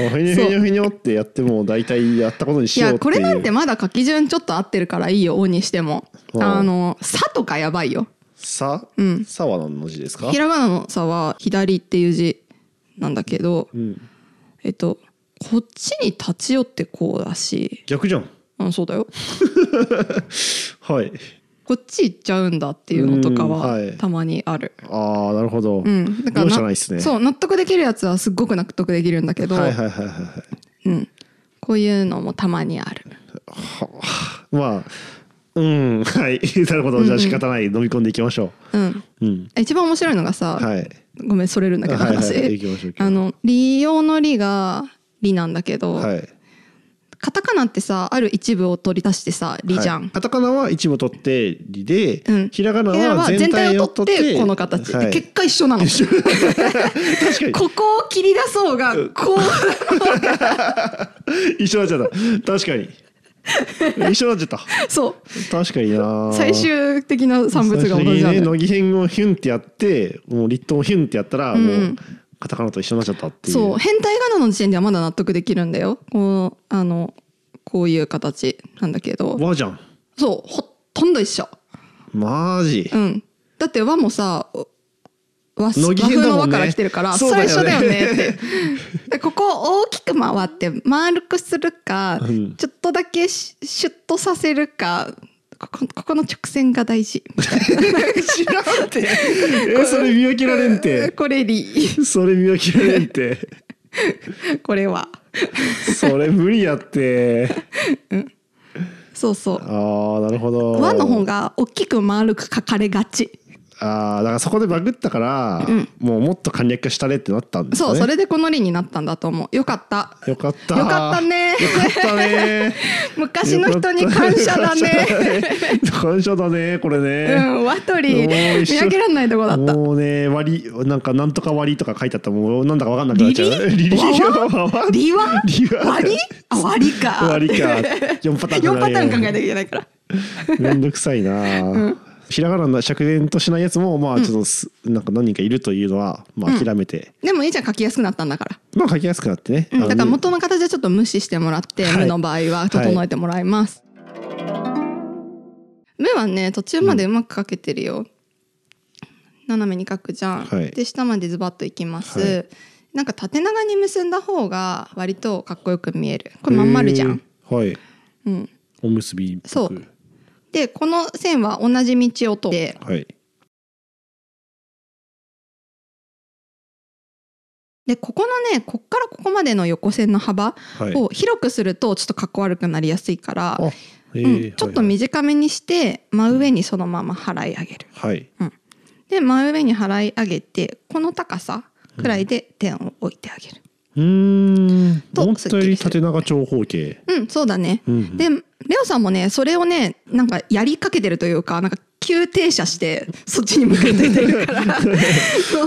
うふにょふにょふにょってやっても大体やったことに
い
しようって
や
いう
これなんてまだ書き順ちょっと合ってるからいいよ「お」にしても
お
あの「さ」とかやばいよ
さ、
うん
さは何の字ですか
ひらがなの「さ」は「左」っていう字なんだけど、
うん、
えっと、こっちに立ち寄ってこうだし、
逆じゃん
うん、そうだよ。
はい
こっち行っちゃうんだっていうのとか
うんは
はいたまにある。
ああなるほど、
うん、だから
容赦ないですね
そう納得できるやつはすっごく納得できるんだけど、
はいはいはいはいはい
うん、こういうのもたまにある。
まあうんはい なるほどじゃあ仕方ない、飲み込んでいきましょ
うん、
ううん
一番面白いのがさ、
はい
ごめんそれるんだけど
はいはい
話、
行きましょう行きましょう
あの利用の利が利なんだけど、
はい
カタカナってさある一部を取り出してさ利じゃん、
はいカタカナは一部取って「リ」で、
うん
ひらがな
だからま
は
あ
全
全
体
体
を
を取
取っ
っててこの形、
はい、
結果一緒なの
確かに
ここを切り出そうがこ う
一緒になっちゃった確かに一緒になっちゃっ
そう
た確かにな
最終的な産物が同じ
最終
な
的にね
んだよ
乃木編をヒュンってやってもう立冬をヒュンってやったら、
んうん
もうカタカナと一緒になっちゃったっていう
そう変態仮名の時点ではまだ納得できるんだよこのあのこういう形なんだけど
和じゃん
そうほとんど一緒
マジ、
うんだって和もさ和
乃木
和
編
風の
だも
和
んね
から来てるから
そう
そ
だ
れ一
よ
緒
ね
だよねって でここを大きく回って丸くするか、
うん
ちょっとだけシュシュッとさせるかここここの直線が大 事みたいな 知らんて
えそれ見分けられん て
これり
それ見分けられんて
これは
それ無理やって
そうそう
ああなるほど
和の方が大きく丸く書かれがち
ああだからそこでバグったから、もうもっと簡略化したれってなったんですね
そうそれでこのりになったんだと思うよかった
よかった
よかったね
よかったね
昔の人に感謝だね
感謝だねこれ
う
ね、
ん、ワト
も
リ
う
ー見
一緒
分けられないとこだった。
もうね割りなんかなんとか割りとか書いてあったらもうなんだかわかんなくなっちゃうリリ
わ
わわ
リワ
リワ
割りあ割りか。
割 りか4パターン
4パターン考え
え
なきゃいけないから。
めんどくさいな、ひらがなの釈然としないやつもまあちょっとす、なんか何人かいるというのはまあ諦めて、
でもいいじゃん書きやすくなったんだから。
まあ書きやすくなってね、
うん、だから
もっ
元の形はちょっと無視してもらって、
はい
無の場合は整えてもらいます。無はね途中までうまく書けてるよ。斜めに書くじゃん。
はい
で下までズバッといきます。
はい
なんか縦長に結んだ方が割とかっこよく見える。これまん丸じゃん。
はい
うん。
おむすびっぽく
そうでこの線は同じ道を通って
はい
でここのねこっからここまでの横線の幅
はい
を広くするとちょっとかっこ悪くなりやすいから、
あ
う
え
ん
ー
ちょっと短めにして真上にそのまま払い上げる。
はい
で真上に払い上げてこの高さくらいで点を置いてあげる。
うーん
と
思ったより縦長長方形
うん、そうだね。
うんうん
でレオさんもねそれをねなんかやりかけてるというかなんか急停車してそっちに向けてるから そ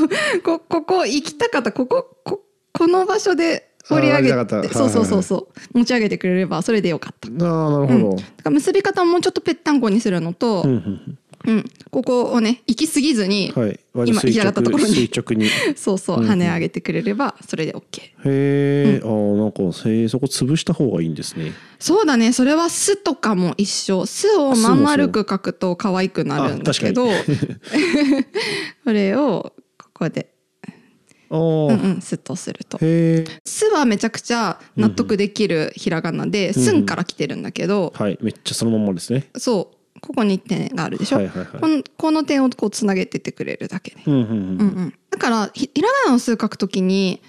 うこここ行きたかったここここの場所で掘り上
あー上げたかっ
げて
た
そうそうそうそう持ち上げてくれればそれでよかった。
ああなるほ
だ
ど、
から結び方をもうちょっとぺったんこにするのと、
う
うんん
うん
ここをね行き過ぎずに、
うん、はい割と
今行き上
垂
がったとこ
直
ろに
垂直にへ
そうそう跳ね上げてくれればそれで OK。
え、ああなんかへえそこ潰した方がいいんですね
そうだねそれは「す」とかも一緒「す」をまん丸く書くと可愛くなるんだけど これをここで
あ
「
あ、
うんうん」すとすると
へえ
「す」はめちゃくちゃ納得できるひらがなで「すん」から来てるんだけど
はいめっちゃそのまんまですね
そうここに点があるでしょ、
はいはいはい
このこの点をこうつなげてってくれるだけね、
うんうんう
うん
ん
うん、だからひひらがなの「す」書くときに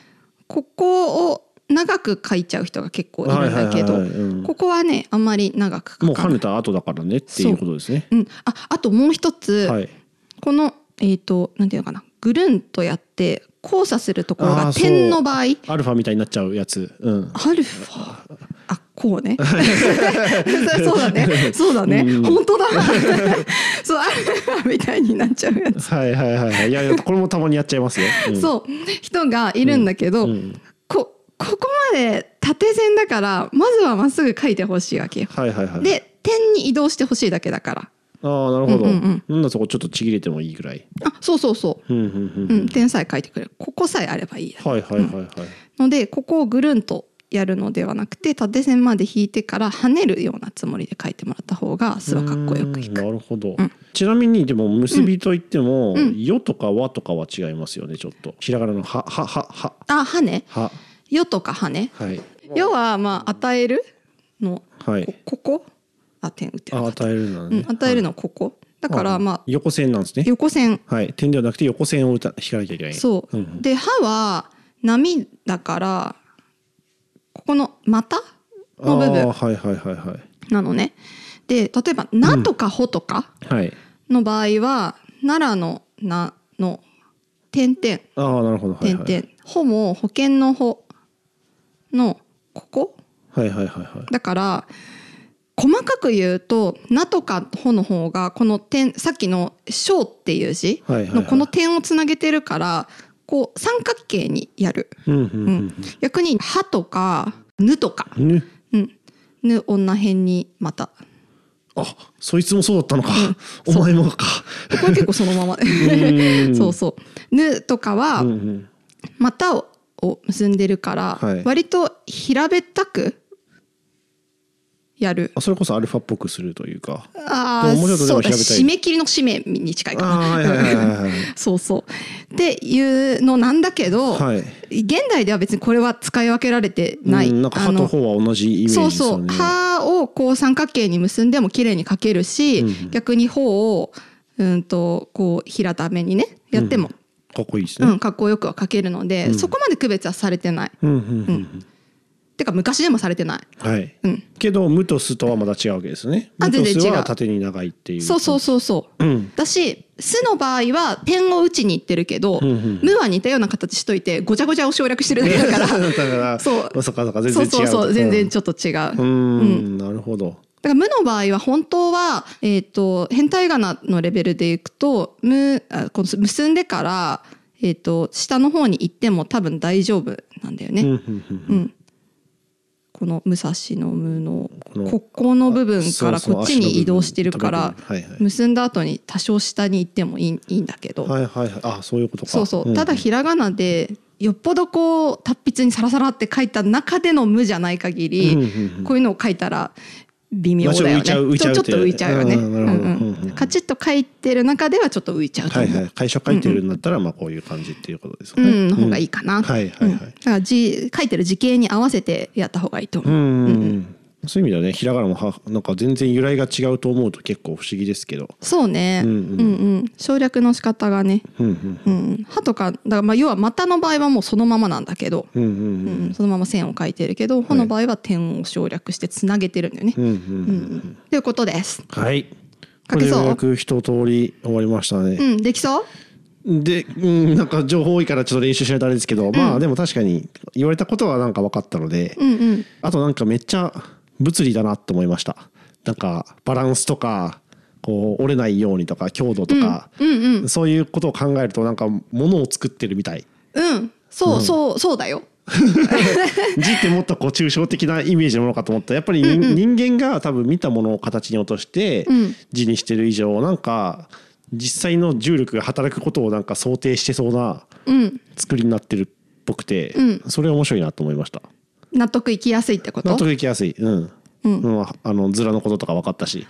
ここを長く書いちゃう人が結構いるんだけど、
はいはいはいはいうん
ここはねあんまり長く
も
書
う
か
跳
ない
ね。た後だからねっていうことですね
うん、ああともう一つ、
はい
このえっ、となんていうのかなぐるんとやって交差するところ
あ
が
ーそう
点の場合
アルファみたいになっちゃうやつうん
アルファあこ うねそうだねそうだね、
うん
本当だそうアルファみたいになっちゃうやつ、
はいはいはいはいいやいやこれもたまにやっちゃいますよ、うん
そう人がいるんだけど、
うん
こここまで縦線だからまずはまっすぐ書いてほしいわけよ。
はいはいはい
で点に移動してほしいだけだから
ああなるほど、
うんうん
なんだそこちょっとちぎれてもいいぐらい
あそうそうそ
うんうん
う、
う
うんん、点さえ書いてくれるここさえあればいいや
はいはいはいはい、
のでここをぐるんとやるのではなくて縦線まで引いてから跳ねるようなつもりで書いてもらった方がすはかっこよくいう
ーん
く。
なるほど、
うん
ちなみにでも結びといっても「
うん
よ」とか「は」とかは違いますよねちょっとひらがなの「は」は「は」は
あ跳ね
「は」
よとか跳ね
はい
よはまあ与えるの
は
こ
い
ここあ点打ってな
あ
かった
与えるの
う
ね、
ん、与えるのここ、だからまあ
横線なんですね
横線
はい点ではなくて横線を打た引かなきゃいけない
そう、
んん
で歯は波だからここの股の部
あー
分
はいはいはいは
なのねで例えば「な」とか「ほ」とか
いはい
の場合は奈良の「な」の「点々
ああなるほど」
「
はい
点
は
々
い」
ほ」も保険の「ほ」のここ
はいはいはいはい
だから細かく言うと「な」とか「ほ」の方がこの点さっきの「しょう」っていう字
はいはいは
の
い
この点をつなげてるからこう三角形にやる。
うんうんうん
逆に「は」とか「ぬ」とか
うんね
「うん、ぬ」女編にまた
あそいつもそうだったのか
うん
お前もか
ここは結構その まま
ーん
そうそう「ぬ」とかは
うんうん
「またを」を結んでるから、
はい
割と平べったくやる
あそれこそアルファっぽくするというか
ああ
でももうちょっとで
そ
も
うだ
平べったい
締め切りの締めに近いか
あーはいはいはい
な
はい
そうそうっていうのなんだけど、
はい
現代では別にこれは使い分けられて
は
ないい、
うんなんか
あ
歯
の
と頬は同じイメージ
そう
です
そ
よ
う
ね
歯をこう三角形に結んでも綺麗に描けるし、
うん
逆に頬をうんとこう平ためにねやっても、
かっこいいです
う
ね
んかっこよくは描けるので、
うん
そこまで区別はされてない
うんうんうん
てか昔でもされてない、
うんはい
うん、
けど無とすとはまた違うわけですね
あ
無と
全
す
然違う
は縦に長いっていう
そうそうそうそう
うん
だし「す」の場合は点を打ちにいってるけど「
う
無
んうん
は似たような形しといてごちゃごちゃを省略してるだけだから
だから
そう
まあそっかそっ か全
そ
然
う
違う
そうそう全然ちょっと違う、
う
だ
ん
う
うんなるほど
から「無」の場合は本当は、えー、と変態仮名のレベルでいくと「無」あこの結んでから、えー、と下の方に行っても多分大丈夫なんだよね、
うんうんうん
うんこの武蔵の「無」の
この
ここの部分から
そうそう
こっちに移動してるか
足の
ら
部分はいはい
結んだ後に多少下に行ってもいいいいんだけど、
はいはいはいあそういうことか
そうそう、
ん
ただひらがなでよっぽどこう達筆にサラサラって書いた中での「無」じゃない限り、
うんうんうん
こういうのを書いたら微妙だよ
ま
ね
あち
ち
ょ
ょ
っと浮いちゃう浮いちゃう
ちょっと浮いちゃうよね、
うんなるほど
うんうん
うんうん
カチッと書いてる中ではちょっと浮いちゃうと
はい
思う、
はい会社書いてるんだったらまあこういう感じっていうことですか
う
ね
んの方がい
い
いかな、
はいはいはい
うんだから字書いてる字形に合わせてやった方がいいと思
う
う、
んうんそういう意味ではねひらがなもはなんか全然由来が違うと思うと結構不思議ですけど
そうね、
う
うんん
う
うんん省略の仕方がね
うんうん
うんうん歯とかだからまあ要は「また」の場合はもうそのままなんだけど、
うんう
うんん、そのまま線を書いてるけど「ほ」の場合は点を省略してつなげてるんだよね。
うんうん
うん
う
ん、ということです。
はい
書けそう
これようやく一通り終わりました
う
ね、
ん、できそう
で、うん、なんか情報多いからちょっと練習しないとあれですけど、まあでも確かに言われたことはなんか分かったので、
うんうん。
あとなんかめっちゃ物理だなと思いましたなんかバランスとかこう折れないようにとか強度とか、
うんうん。
そういうことを考えるとなんか物を作ってるみ たい
うん。そうそうそうだよ。
字ってもっとこう抽象的なイメージのものかと思ったらやっぱり人,、人間が多分見たものを形に落として
うん
字にしてる以上なんか実際の重力が働くことをなんか想定してそうな
うん。
作りになってるっぽくて、
う
それ面白いなと思いました
納得いきやすいってこと
納得いきやすいうん、
うん
うん、あのズラのこととか分かったし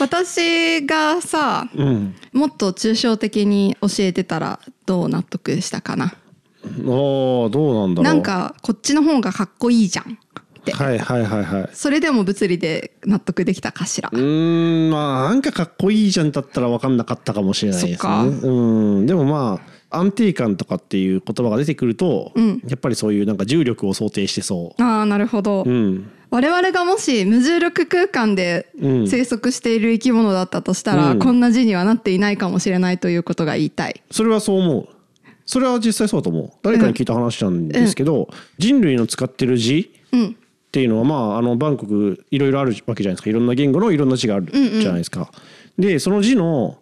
私がさ、
うん
もっと抽象的に教えてたらどう納得したかな。
おーどうなんだろう
なんかこっちの方がかっこいいじゃんって。
はいはいはいはい
それでも物理で納得できたかしら
う。ーんまあなんかかっこいいじゃんだったら分かんなかったかもしれないで
そ
す
っか
ねうんでもまあ安定感とかっていう言葉が出てくると、
うん
やっぱりそういうなんか重力を想定してそ
ああ、なるほど。
ううん
我々がもし無重力空間で
うん
生息している生き物だったとしたら、
うん
こんな字にはなっていないかもしれないということが言いたい。
それはそう思うそれは実際そうだと思う誰かに聞いた話なんですけど、人類の使ってる字
うん
っていうのはまああのバンコクいろいろあるわけじゃないですかいろんな言語のいろんな字があるじゃないですか。でその字の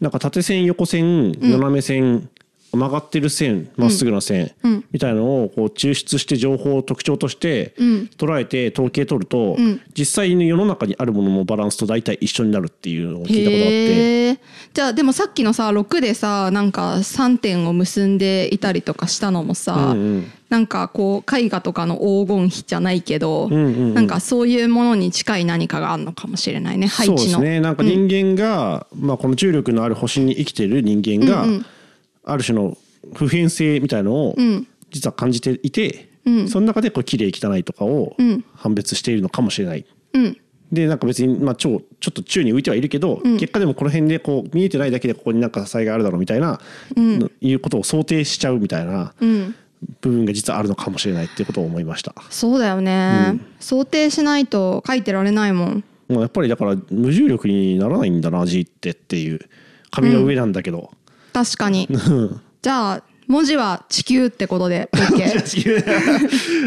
なんか縦線横線斜め線、曲がってる線まっすぐな線、
うん
みたいなのをこう抽出して情報を特徴として
うん
捉えて統計取ると、
うん
実際に世の中にあるもののバランスと大体一緒になるっていうのを聞いたことがあって。
へえじゃあでもさっきのさ6でさなんか3点を結んでいたりとかしたのもさ、
うんうん
なんかこう絵画とかの黄金比じゃないけど、
んうんうん
なんかそういうものに近い何かがあるのかもしれないね配
そうで
置
す
の。
ねなんか人間が、まあ、この重力のある星に生きてる人間が、
うんうん
ある種の普遍性みたいのを
うん
実は感じていて、
うん
その中でこう綺麗汚いとかを
うん
判別しているのかもしれないっ
うん
でなんか別に、まあ、超ちょっと宙に浮いてはいるけど、結果でもこの辺でこう見えてないだけでここになんか災害あるだろうみたいな、いうことを想定しちゃうみたいな
うん
部分が実はあるのかもしれないっていうことを思いました。
そうだよね、想定しないと書いてられないもん
まあ、やっぱりだから無重力にならないんだな G ってっていう紙の上なんだけ ど、
確かにじゃあ文字は地球ってことで OK
地球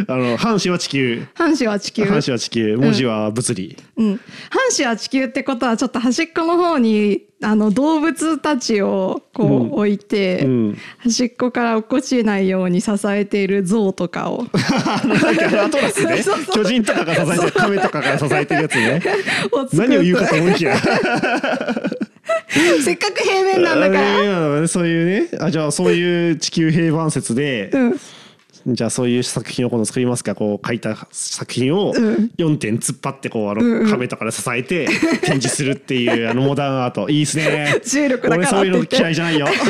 あの半紙は地球
半紙は地球
半紙は地球文字は物理、
うん、半紙は地球ってことはちょっと端っこの方にあの動物たちをこう置いて、
うん
端っこから落っこちないように支えている像とか を
なんかあのアトラスね巨人とかが支えてる亀とかが支えてるやつね
を作
何を言うかと
る
思いきや
とせっかく平面なんだか
あ
ら
れ今のはねそういうねあじゃあそういう地球平板説で、じゃあそういう作品を今度作りますかこう書いた作品を4点突っ張ってこうあの壁とかで支えて展示するって いうあのモダンアートいいですね
重力だから
俺そういう
っ
の
て言って
嫌いじゃないよ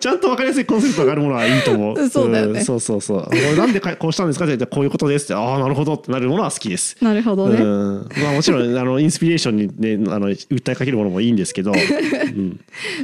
ちゃんと分かりやすいコンセプトがあるものはいいと思う
そうだよね
んそうそうそうこれなんでかこうしたんですかって言ってこういうことですってああなるほどってなるものは好きです
なるほどね
うんまあもちろんあのインスピレーションにねあの訴えかけるものもいいんですけど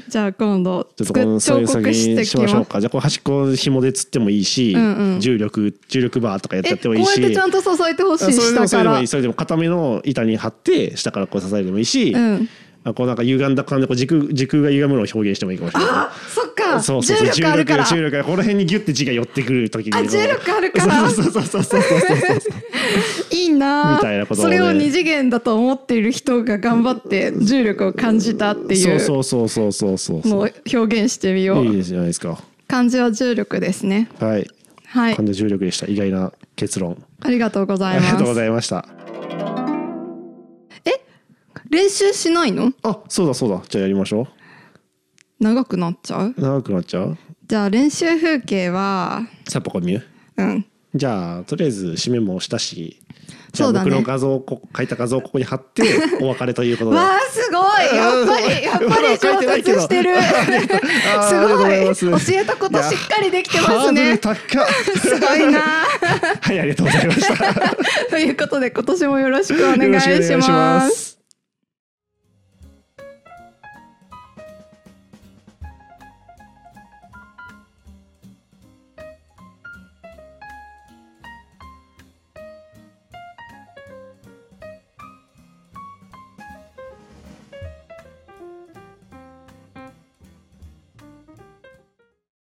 じゃあ今度
ちょっと
作
こ
っ
のそうい
彫
う作
刻し
品
て
に
き
しましょ
ま
う
す
かじゃあこう端っこ紐で釣ってもいいし、
んうん
重力重力バーとかやっちゃ
え
って
こ
も
う
い
や
い
っ
して
ちゃんと支えてほしい
あそれで
下
もそ
か
れで
ら
もいいそれでも固めの板に貼って下からこう支えてもいいし、
うん
あこうなんか歪んだ感じでこう軸軸が歪むのを表現してもいいかもしれない。
あそっか
そうそうそう
重力あるから
重力がこの辺にギュッて字が寄ってくる時に
あ重力あるから
そうそうそうそうそうそうそうそう
いいなあ
みたいなことを
そ
ね
れを二次元だと思っている人が頑張って重力を感じたっていう
そうそうそうそうそう
の
そ
を
う
表現してみよう
いいですじゃないですか
漢字は重力ですね
はい
はい
感じ重力でした意外な結論
ありがとうござ
あ
い
りが
ま
とうご
す
ざいました
練習しないの
あそうだそうだじゃあやりましょ
長くなっちゃう
う長くなっちゃう
じゃあ練習風景は
サポコミュ
うん
じゃあとりあえず締めもしたしじ
そ
ゃあ
うだね
僕の画像をこ書いた画像をここに 貼ってお別れということで
わあすごいやっぱりやっぱり
まだ書いてな
上
い
達
けど
してる
あーありがとうございま
す
す
ごい教えたことしっかりできてますね
ハードル高っ
すごいなあ
はいありがとうございました
ということで今年もよろしくお願いし
よろくお願
ます